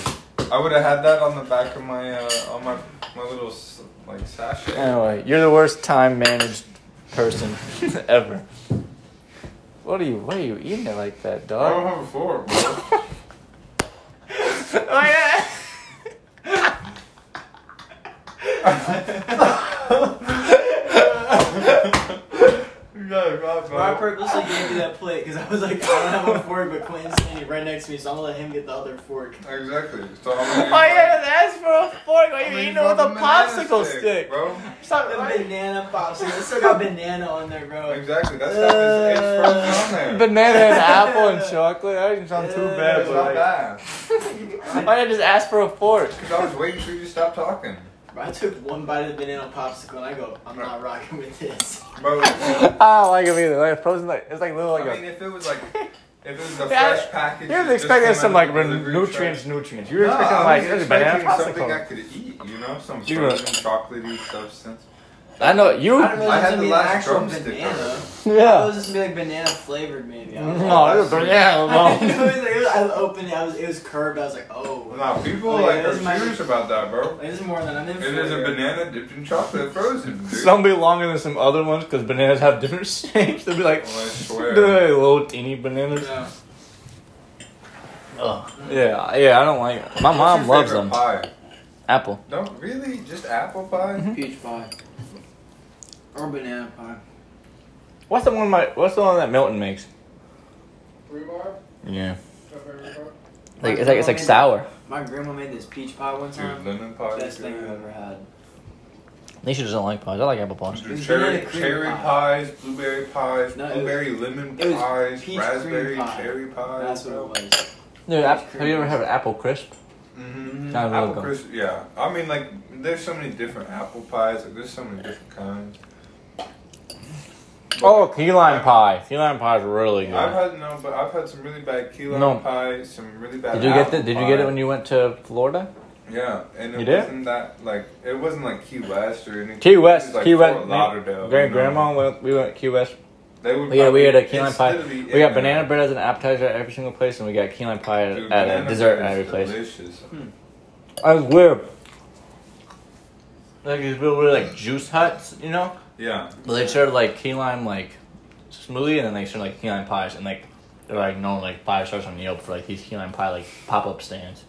Speaker 1: I would have had that on the back of my uh, on my my little s- like sachet.
Speaker 6: anyway you're the worst time managed person ever what are you what are you eating it like that
Speaker 1: I
Speaker 6: dog
Speaker 1: don't have a fork, bro.
Speaker 6: Oh yeah.
Speaker 1: You got it, right, bro.
Speaker 2: I purposely gave you that plate because I was like, I don't have a fork, but Quentin's standing right next to me, so I'm gonna let him get the other fork.
Speaker 1: Exactly. So I'm
Speaker 6: Oh yeah, just ask for a fork. Why you eating it with a popsicle stick?
Speaker 1: bro.
Speaker 6: Stop.
Speaker 2: The
Speaker 6: why-
Speaker 2: banana pops. It's still got banana on there,
Speaker 6: Uh,
Speaker 2: bro.
Speaker 1: Exactly. That's got this it's frozen on there.
Speaker 6: Banana and apple and chocolate. That doesn't sound too bad,
Speaker 1: It's
Speaker 6: but
Speaker 1: not
Speaker 6: like,
Speaker 1: bad.
Speaker 6: why not just ask for a fork?
Speaker 1: Cause I was waiting for you to stop talking,
Speaker 2: Bro, I took one bite of the banana popsicle and I go, I'm not rocking with this.
Speaker 1: bro.
Speaker 6: I don't Ah, like it either. Like frozen, like it's like little like.
Speaker 1: I mean,
Speaker 6: a,
Speaker 1: if it was like, if it was the
Speaker 6: Yeah,
Speaker 1: fresh package,
Speaker 6: you
Speaker 1: that
Speaker 6: was
Speaker 1: just
Speaker 6: expecting
Speaker 1: came
Speaker 6: some
Speaker 1: out
Speaker 6: like
Speaker 1: of
Speaker 6: re-
Speaker 1: the grocery
Speaker 6: nutrients,
Speaker 1: trash.
Speaker 6: nutrients. You were
Speaker 1: No,
Speaker 6: expecting
Speaker 1: I
Speaker 6: like
Speaker 1: was
Speaker 6: there's a banana
Speaker 1: expecting something I
Speaker 6: popsicle.
Speaker 1: could eat, you know, some
Speaker 6: You were-
Speaker 1: frozen chocolatey substance.
Speaker 6: I know you.
Speaker 2: I don't know if
Speaker 1: I
Speaker 2: it's
Speaker 1: had
Speaker 2: gonna
Speaker 1: the
Speaker 2: be an
Speaker 1: last
Speaker 2: actual
Speaker 1: drumstick
Speaker 2: banana. I
Speaker 6: Yeah.
Speaker 2: was just gonna be like banana flavored, maybe. I was like,
Speaker 6: No, it was
Speaker 2: I
Speaker 6: banana. No.
Speaker 2: didn't know, it was like- it was- I opened it. I was, it was curved. I was like, oh.
Speaker 1: Nah, people
Speaker 2: Oh, yeah,
Speaker 1: like
Speaker 2: this might
Speaker 1: are
Speaker 2: be-
Speaker 1: serious about that, bro.
Speaker 2: Like, this is more than I'm in
Speaker 1: It
Speaker 2: for.
Speaker 1: is a
Speaker 2: here.
Speaker 1: banana dipped in chocolate, frozen. Dude.
Speaker 6: Some be longer than some other ones because bananas have different shapes. They'll be like,
Speaker 1: Oh, I
Speaker 6: they're
Speaker 1: swear.
Speaker 6: like little teeny bananas.
Speaker 2: No.
Speaker 6: Yeah, yeah, I don't like it. My
Speaker 1: What's
Speaker 6: mom
Speaker 1: your
Speaker 6: loves
Speaker 1: favorite
Speaker 6: them.
Speaker 1: Pie.
Speaker 6: Apple.
Speaker 1: No, really, just apple
Speaker 6: Mm-hmm.
Speaker 1: pie.
Speaker 2: Peach pie. Or banana pie.
Speaker 6: What's the one my What's the one that Milton makes?
Speaker 7: Rhubarb?
Speaker 6: Yeah,
Speaker 7: Strawberry rhubarb?
Speaker 6: like it's like it's like sour.
Speaker 2: My grandma made this peach pie one
Speaker 1: Dude,
Speaker 2: time.
Speaker 1: lemon pie.
Speaker 2: Best
Speaker 1: dude.
Speaker 2: thing I've ever had.
Speaker 6: Nisha doesn't like pies. I like apple pies.
Speaker 1: Dude,
Speaker 2: It's
Speaker 1: cherry,
Speaker 2: banana cream
Speaker 1: cherry
Speaker 2: pie.
Speaker 1: pies, blueberry pies,
Speaker 2: No, it was-
Speaker 1: blueberry lemon
Speaker 2: it was
Speaker 1: pies,
Speaker 2: peach cream
Speaker 1: raspberry
Speaker 2: pie.
Speaker 1: cherry pies.
Speaker 2: That's what it was.
Speaker 6: Dude,
Speaker 2: app-
Speaker 6: have you ever had an apple crisp?
Speaker 1: Mm-mm. Mm-hmm.
Speaker 6: I love
Speaker 1: apple
Speaker 6: them.
Speaker 1: crisp, yeah. I mean, like, there's so many different apple pies. Like, there's so many different kinds.
Speaker 11: Oh, key lime pie. Key lime pie is really good.
Speaker 1: I've had no, but I've had some really bad key lime
Speaker 11: No.
Speaker 1: pie, some really bad.
Speaker 6: Did you get
Speaker 1: apple
Speaker 6: the, Did you get
Speaker 1: pie.
Speaker 6: it when you went to Florida?
Speaker 1: Yeah, and it
Speaker 6: You did?
Speaker 1: wasn't that like it wasn't like Key West or anything.
Speaker 6: Key
Speaker 1: It
Speaker 6: West.
Speaker 1: was, like,
Speaker 6: Key
Speaker 1: Fort
Speaker 6: West.
Speaker 1: Lauderdale.
Speaker 6: Great
Speaker 1: you know?
Speaker 6: grandma went. We went to Key West.
Speaker 1: They would
Speaker 6: Yeah, we had a
Speaker 1: probably-
Speaker 6: key lime
Speaker 1: it's
Speaker 6: pie.
Speaker 1: literally
Speaker 6: We got
Speaker 1: in
Speaker 6: banana
Speaker 1: there.
Speaker 6: bread as an appetizer at every single place, and we got key lime pie at,
Speaker 1: Dude,
Speaker 6: at a
Speaker 1: banana
Speaker 6: dessert
Speaker 1: bread
Speaker 6: at every
Speaker 1: is
Speaker 6: place.
Speaker 1: Delicious.
Speaker 6: I was weird. Like these little weird, like juice huts, you know?
Speaker 1: Yeah.
Speaker 6: But they serve like key lime like smoothie, and then they serve like key lime pies, and like they're like known like five stars on Yelp for like these key lime pie like pop up stands.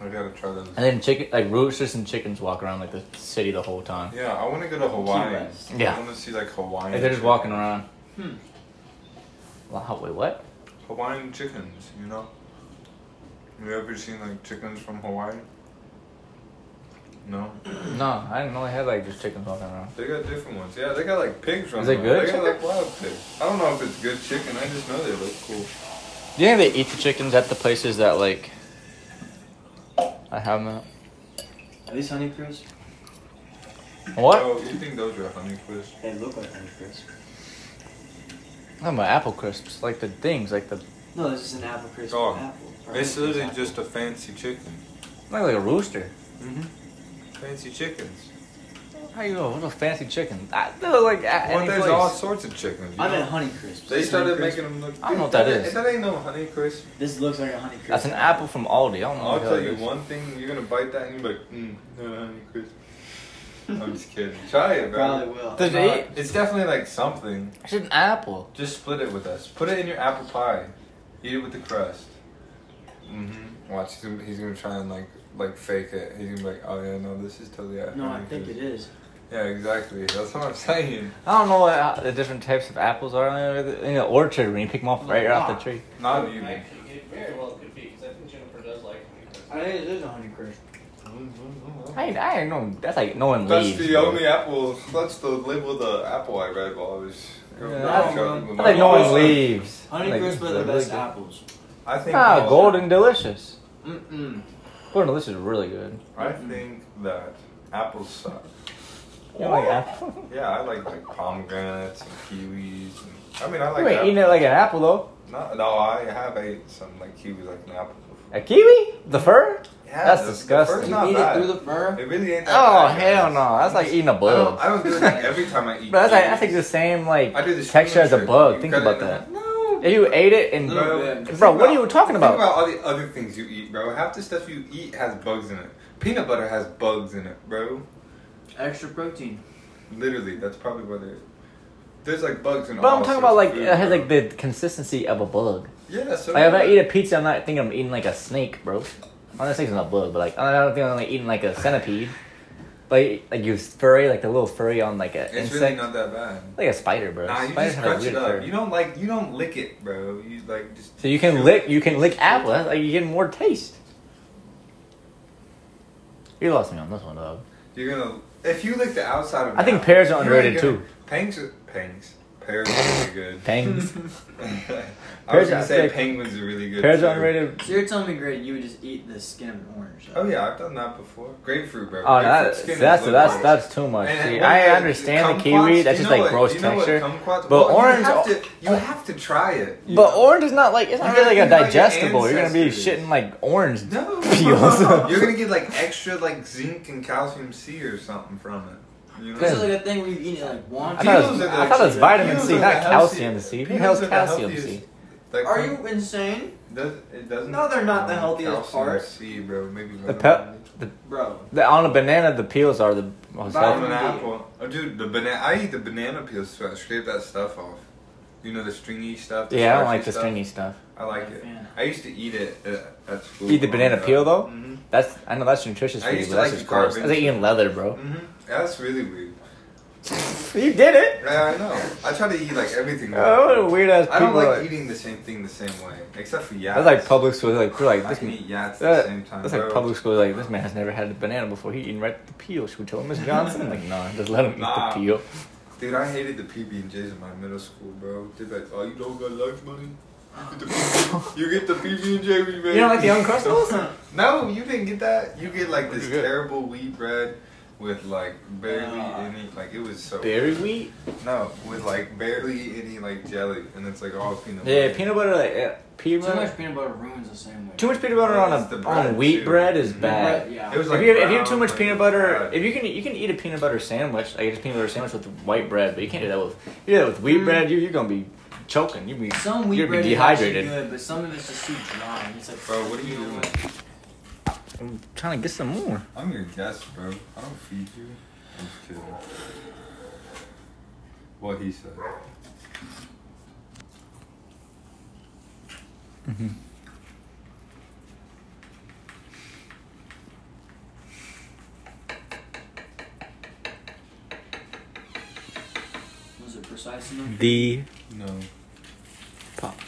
Speaker 1: I gotta try those.
Speaker 6: And then chicken like roosters and chickens walk around like the city the whole time.
Speaker 1: Yeah, I want to go to Hawaii.
Speaker 6: West. Yeah.
Speaker 1: I want to see like Hawaiian.
Speaker 6: Like they're just
Speaker 1: chicken-
Speaker 6: walking around. Hmm. Wow. Wait, what?
Speaker 1: Hawaiian chickens, you know. You ever seen like chickens from Hawaii? No,
Speaker 6: No, I didn't know they had like just chickens walking around.
Speaker 1: they got different ones. Yeah, they got like pigs from.
Speaker 6: Is it
Speaker 1: there.
Speaker 6: good
Speaker 1: They got like wild pigs. I don't know if it's good chicken. I just know they look cool.
Speaker 6: Do you think they eat the chickens at the places that like? I have them.
Speaker 2: Are these honey crisp?
Speaker 6: at- What?
Speaker 1: Oh, you think those are honey crisp?
Speaker 2: They look like honey crisp.
Speaker 6: I'm about apple crisps, like the things, like the
Speaker 2: No, this is an apple crisp.
Speaker 1: Oh,
Speaker 2: apple. or
Speaker 1: It's
Speaker 2: honey crisp
Speaker 1: literally
Speaker 2: apple.
Speaker 1: just a fancy chicken.
Speaker 6: like like a rooster.
Speaker 1: Mm-hmm. Fancy chickens.
Speaker 6: How you know? What's a fancy chicken? I, they're like at
Speaker 1: Well,
Speaker 6: any
Speaker 1: there's
Speaker 6: place.
Speaker 1: all sorts of chickens. you
Speaker 2: I meant
Speaker 1: know?
Speaker 2: honey crisp.
Speaker 1: They
Speaker 2: This
Speaker 1: started
Speaker 2: Honey Crisp-
Speaker 1: making them look.
Speaker 6: I don't know what that is.
Speaker 1: That ain't no honey crisp.
Speaker 2: This looks like a honey crisp.
Speaker 6: That's an apple from Aldi. I don't know.
Speaker 1: I'll
Speaker 6: what the
Speaker 1: tell
Speaker 6: hell it
Speaker 1: you
Speaker 6: is.
Speaker 1: one thing. You're gonna bite that and you're like, mm, no honey crisp. I'm just kidding. Try it, bro.
Speaker 2: Probably will.
Speaker 6: Does it
Speaker 1: No,
Speaker 6: eat?
Speaker 1: It's definitely like something.
Speaker 6: It's an apple.
Speaker 1: Just split it with us. Put it in your apple pie. Eat it with the crust. Mm-hmm. Watch, he's gonna, he's gonna try and like like fake it. He's gonna be like, oh yeah, no, this is totally.
Speaker 2: No, I think it
Speaker 1: crisp."
Speaker 2: is.
Speaker 1: Yeah, exactly. That's what I'm saying.
Speaker 6: I don't know what uh, the different types of apples are in the- in the orchard when you pick them off right off the tree.
Speaker 1: Not you.
Speaker 4: it very well could be because I think Jennifer does like honey
Speaker 2: I think it is a honey crisp.
Speaker 6: I ain't, I ain't know. That's like knowing
Speaker 1: That's
Speaker 6: leaves.
Speaker 1: the
Speaker 6: bro.
Speaker 1: only apple. That's the label of the apple I read while I was.
Speaker 6: Yeah,
Speaker 2: that's
Speaker 6: That's like knowing leaves.
Speaker 2: Honey
Speaker 6: like,
Speaker 2: crisp are the
Speaker 6: they're
Speaker 2: best
Speaker 6: really
Speaker 2: apples.
Speaker 1: I
Speaker 6: good.
Speaker 1: think.
Speaker 6: Ah,
Speaker 1: that-
Speaker 6: golden delicious.
Speaker 2: Mm-mm.
Speaker 6: Golden delicious is really good.
Speaker 1: I think that apples suck.
Speaker 6: You don't like apple?
Speaker 1: Yeah, I like like pomegranates and kiwis. And, I mean, I like.
Speaker 6: You ain't eating it
Speaker 1: apples.
Speaker 6: like an apple though.
Speaker 1: No, no, I have ate some like kiwis like an apple. before.
Speaker 6: A kiwi? The fur?
Speaker 1: Yeah,
Speaker 6: That's
Speaker 1: the- the
Speaker 6: disgusting.
Speaker 1: fruit's
Speaker 2: You
Speaker 1: not
Speaker 2: eat
Speaker 1: bad.
Speaker 2: it through the fur?
Speaker 1: It really ain't that
Speaker 6: Oh
Speaker 1: bad,
Speaker 6: hell
Speaker 1: guys.
Speaker 6: no! That's like eating a
Speaker 1: I don't,
Speaker 6: bug.
Speaker 1: I don't do it like every time I eat.
Speaker 6: But that's like
Speaker 1: kiwis.
Speaker 6: that's like the same like
Speaker 1: I do this
Speaker 6: texture as a
Speaker 1: trick. You
Speaker 6: bug. Think
Speaker 1: cut it
Speaker 6: about
Speaker 1: in
Speaker 6: that.
Speaker 2: No.
Speaker 6: If you ate it and
Speaker 2: Little
Speaker 1: Bro,
Speaker 2: bit.
Speaker 1: think
Speaker 6: Bro, what are you talking about?
Speaker 1: Think about all the other things you eat, bro. Half the stuff you eat has bugs in it. Peanut butter has bugs in it, bro.
Speaker 2: Extra protein.
Speaker 1: Literally, that's probably what it. There's like bugs in.
Speaker 6: but I'm
Speaker 1: all
Speaker 6: talking about
Speaker 1: sorts
Speaker 6: like
Speaker 1: of food,
Speaker 6: it has
Speaker 1: bro.
Speaker 6: like the consistency of a bug.
Speaker 1: Yeah, so
Speaker 6: Like if I eat a pizza, I'm not thinking I'm eating like a snake, bro. I'm not thinking it's not a bug, but like I don't think I'm like eating like a centipede. Like like you furry like the little furry on like a
Speaker 1: It's really
Speaker 6: insect,
Speaker 1: not that bad.
Speaker 6: like a spider, bro.
Speaker 1: Nah, you
Speaker 6: Spiders
Speaker 1: just
Speaker 6: have a
Speaker 1: crunch
Speaker 6: weird
Speaker 1: it up.
Speaker 6: fur.
Speaker 1: You don't like you don't lick it, bro. You like just.
Speaker 6: So you can
Speaker 1: chew
Speaker 6: lick
Speaker 1: it.
Speaker 6: you can lick apple. That's like you get more taste. You lost me on this one, dog.
Speaker 1: You're gonna if you lick the outside of. an
Speaker 6: I think
Speaker 1: apple,
Speaker 6: pears are
Speaker 1: you ain't
Speaker 6: underrated,
Speaker 1: gonna-
Speaker 6: too.
Speaker 1: Pangs, are- pangs, pears are really good.
Speaker 6: Pangs.
Speaker 1: I was
Speaker 6: Pears
Speaker 1: gonna say
Speaker 6: are-
Speaker 1: penguins are really good.
Speaker 6: Pears
Speaker 1: too.
Speaker 6: are underrated.
Speaker 2: So you're telling me, Greg, you would just eat the skin of an orange?
Speaker 1: Oh yeah, I've done that before. Grapefruit, bro.
Speaker 6: Oh,
Speaker 1: Grapefruit
Speaker 6: that,
Speaker 1: skin is
Speaker 6: that's
Speaker 1: low
Speaker 6: that's
Speaker 1: price.
Speaker 6: that's too much.
Speaker 1: And-
Speaker 6: See,
Speaker 1: and
Speaker 6: I
Speaker 1: what-
Speaker 6: understand the
Speaker 1: kumquats,
Speaker 6: kiwi. That's
Speaker 1: you
Speaker 6: just
Speaker 1: know
Speaker 6: like
Speaker 1: what-
Speaker 6: gross
Speaker 1: you know what
Speaker 6: texture.
Speaker 1: kumquats-
Speaker 6: But
Speaker 1: well,
Speaker 6: orange-
Speaker 1: you have, to, you have to try it.
Speaker 6: But orange is not like it's
Speaker 1: You
Speaker 6: not really
Speaker 1: gotta
Speaker 6: like a
Speaker 1: think about your
Speaker 6: digestible. You're gonna be
Speaker 1: ancestors.
Speaker 6: shitting like orange.
Speaker 1: no,
Speaker 6: Peels.
Speaker 1: you're gonna get like extra like zinc and calcium C or something from it. You know?
Speaker 2: This is like a thing where you eat it like once.
Speaker 6: I thought, it was,
Speaker 1: Peels are the-
Speaker 6: I thought it was vitamin
Speaker 1: peels
Speaker 6: C,
Speaker 1: are
Speaker 6: not
Speaker 1: the
Speaker 6: calcium
Speaker 1: healthiest-
Speaker 6: C. Who the
Speaker 1: peels
Speaker 6: hell's
Speaker 1: are the
Speaker 6: calcium
Speaker 1: healthiest.
Speaker 6: C?
Speaker 1: Like,
Speaker 2: Are
Speaker 1: cum-
Speaker 2: you insane,
Speaker 1: Does, it doesn't.
Speaker 2: No, they're not the
Speaker 1: um,
Speaker 2: healthiest
Speaker 1: calcium
Speaker 2: part.
Speaker 1: C, bro. Maybe
Speaker 6: The
Speaker 1: vitamin
Speaker 6: pe-
Speaker 1: D.
Speaker 2: bro?
Speaker 6: The, on a banana, the peels are the most
Speaker 1: Vitamin
Speaker 2: D.
Speaker 6: healthy.
Speaker 1: apple. Oh, dude, the banana. I eat the banana peels too. I scrape that stuff off. You know the stringy stuff.
Speaker 6: Yeah, I don't like
Speaker 1: starchy
Speaker 6: the
Speaker 1: stuff?
Speaker 6: stringy stuff.
Speaker 1: I like it.
Speaker 2: Yeah.
Speaker 1: I used to eat it at, at school.
Speaker 6: Eat the banana peel, though?
Speaker 1: hmm
Speaker 6: That's I know that's nutritious
Speaker 1: I
Speaker 6: for you,
Speaker 1: used
Speaker 6: but
Speaker 1: to
Speaker 6: that's
Speaker 1: like
Speaker 6: just gross. That's
Speaker 1: garbage.
Speaker 6: like eating leather, bro.
Speaker 1: hmm That's really weird. Mm.
Speaker 6: You did it.
Speaker 1: Yeah, I know. I try to eat like everything.
Speaker 6: Oh, weird ass people.
Speaker 1: I don't like
Speaker 6: are-
Speaker 1: eating the same thing the same way, except for yats.
Speaker 6: That's like public school. Like we're like
Speaker 1: I
Speaker 6: this.
Speaker 1: can eat yats at the
Speaker 6: that-
Speaker 1: same time.
Speaker 6: That's like
Speaker 1: bro.
Speaker 6: public school. Like this man has never had a banana before. He eating right at the peel. Should we tell him, Miss Johnson? like no, just let him eat
Speaker 1: Nah.
Speaker 6: the peel.
Speaker 1: Dude, I hated the PB and J's in my middle school, bro. They be like, "Oh, you don't got lunch money." you get the PB and J we made.
Speaker 3: You don't like the Uncrustables?
Speaker 1: no, you didn't get that. You get like this
Speaker 3: Pretty good.
Speaker 1: terrible wheat bread with like barely any like it was so
Speaker 6: Berry wheat?
Speaker 1: No, with like barely any like jelly, and it's like all peanut.
Speaker 6: Yeah,
Speaker 1: butter.
Speaker 6: peanut butter. Like, uh, peanut
Speaker 4: Too
Speaker 6: butter.
Speaker 4: much peanut butter ruins the same way.
Speaker 6: Too much peanut butter
Speaker 1: Yeah,
Speaker 6: on
Speaker 1: it's the
Speaker 6: a
Speaker 1: bread,
Speaker 6: on wheat
Speaker 1: too.
Speaker 6: bread is
Speaker 1: Mhm.
Speaker 6: bad.
Speaker 4: Bread, yeah.
Speaker 1: It was
Speaker 6: If
Speaker 1: like
Speaker 6: you, have, if you
Speaker 1: brown,
Speaker 6: have too much
Speaker 1: like, uh,
Speaker 6: peanut butter,
Speaker 1: bread.
Speaker 6: if you can you can eat a peanut butter sandwich, like a peanut butter sandwich with white bread, but you can't do that with you do that with
Speaker 1: Mm.
Speaker 6: wheat bread, you you're gonna be choking. You'll be
Speaker 4: Some wheat
Speaker 6: you'll
Speaker 4: bread
Speaker 6: be
Speaker 4: is actually
Speaker 6: dehydrated.
Speaker 4: good, but some of it's just too dry. and It's like,
Speaker 1: Bro, what are you
Speaker 4: you know
Speaker 1: doing?
Speaker 4: what?
Speaker 6: I'm trying to get some more.
Speaker 1: I'm your guest, bro. I don't feed you. I'm just kidding. What he said.
Speaker 4: Was it precise enough?
Speaker 6: The
Speaker 1: No.
Speaker 6: pop.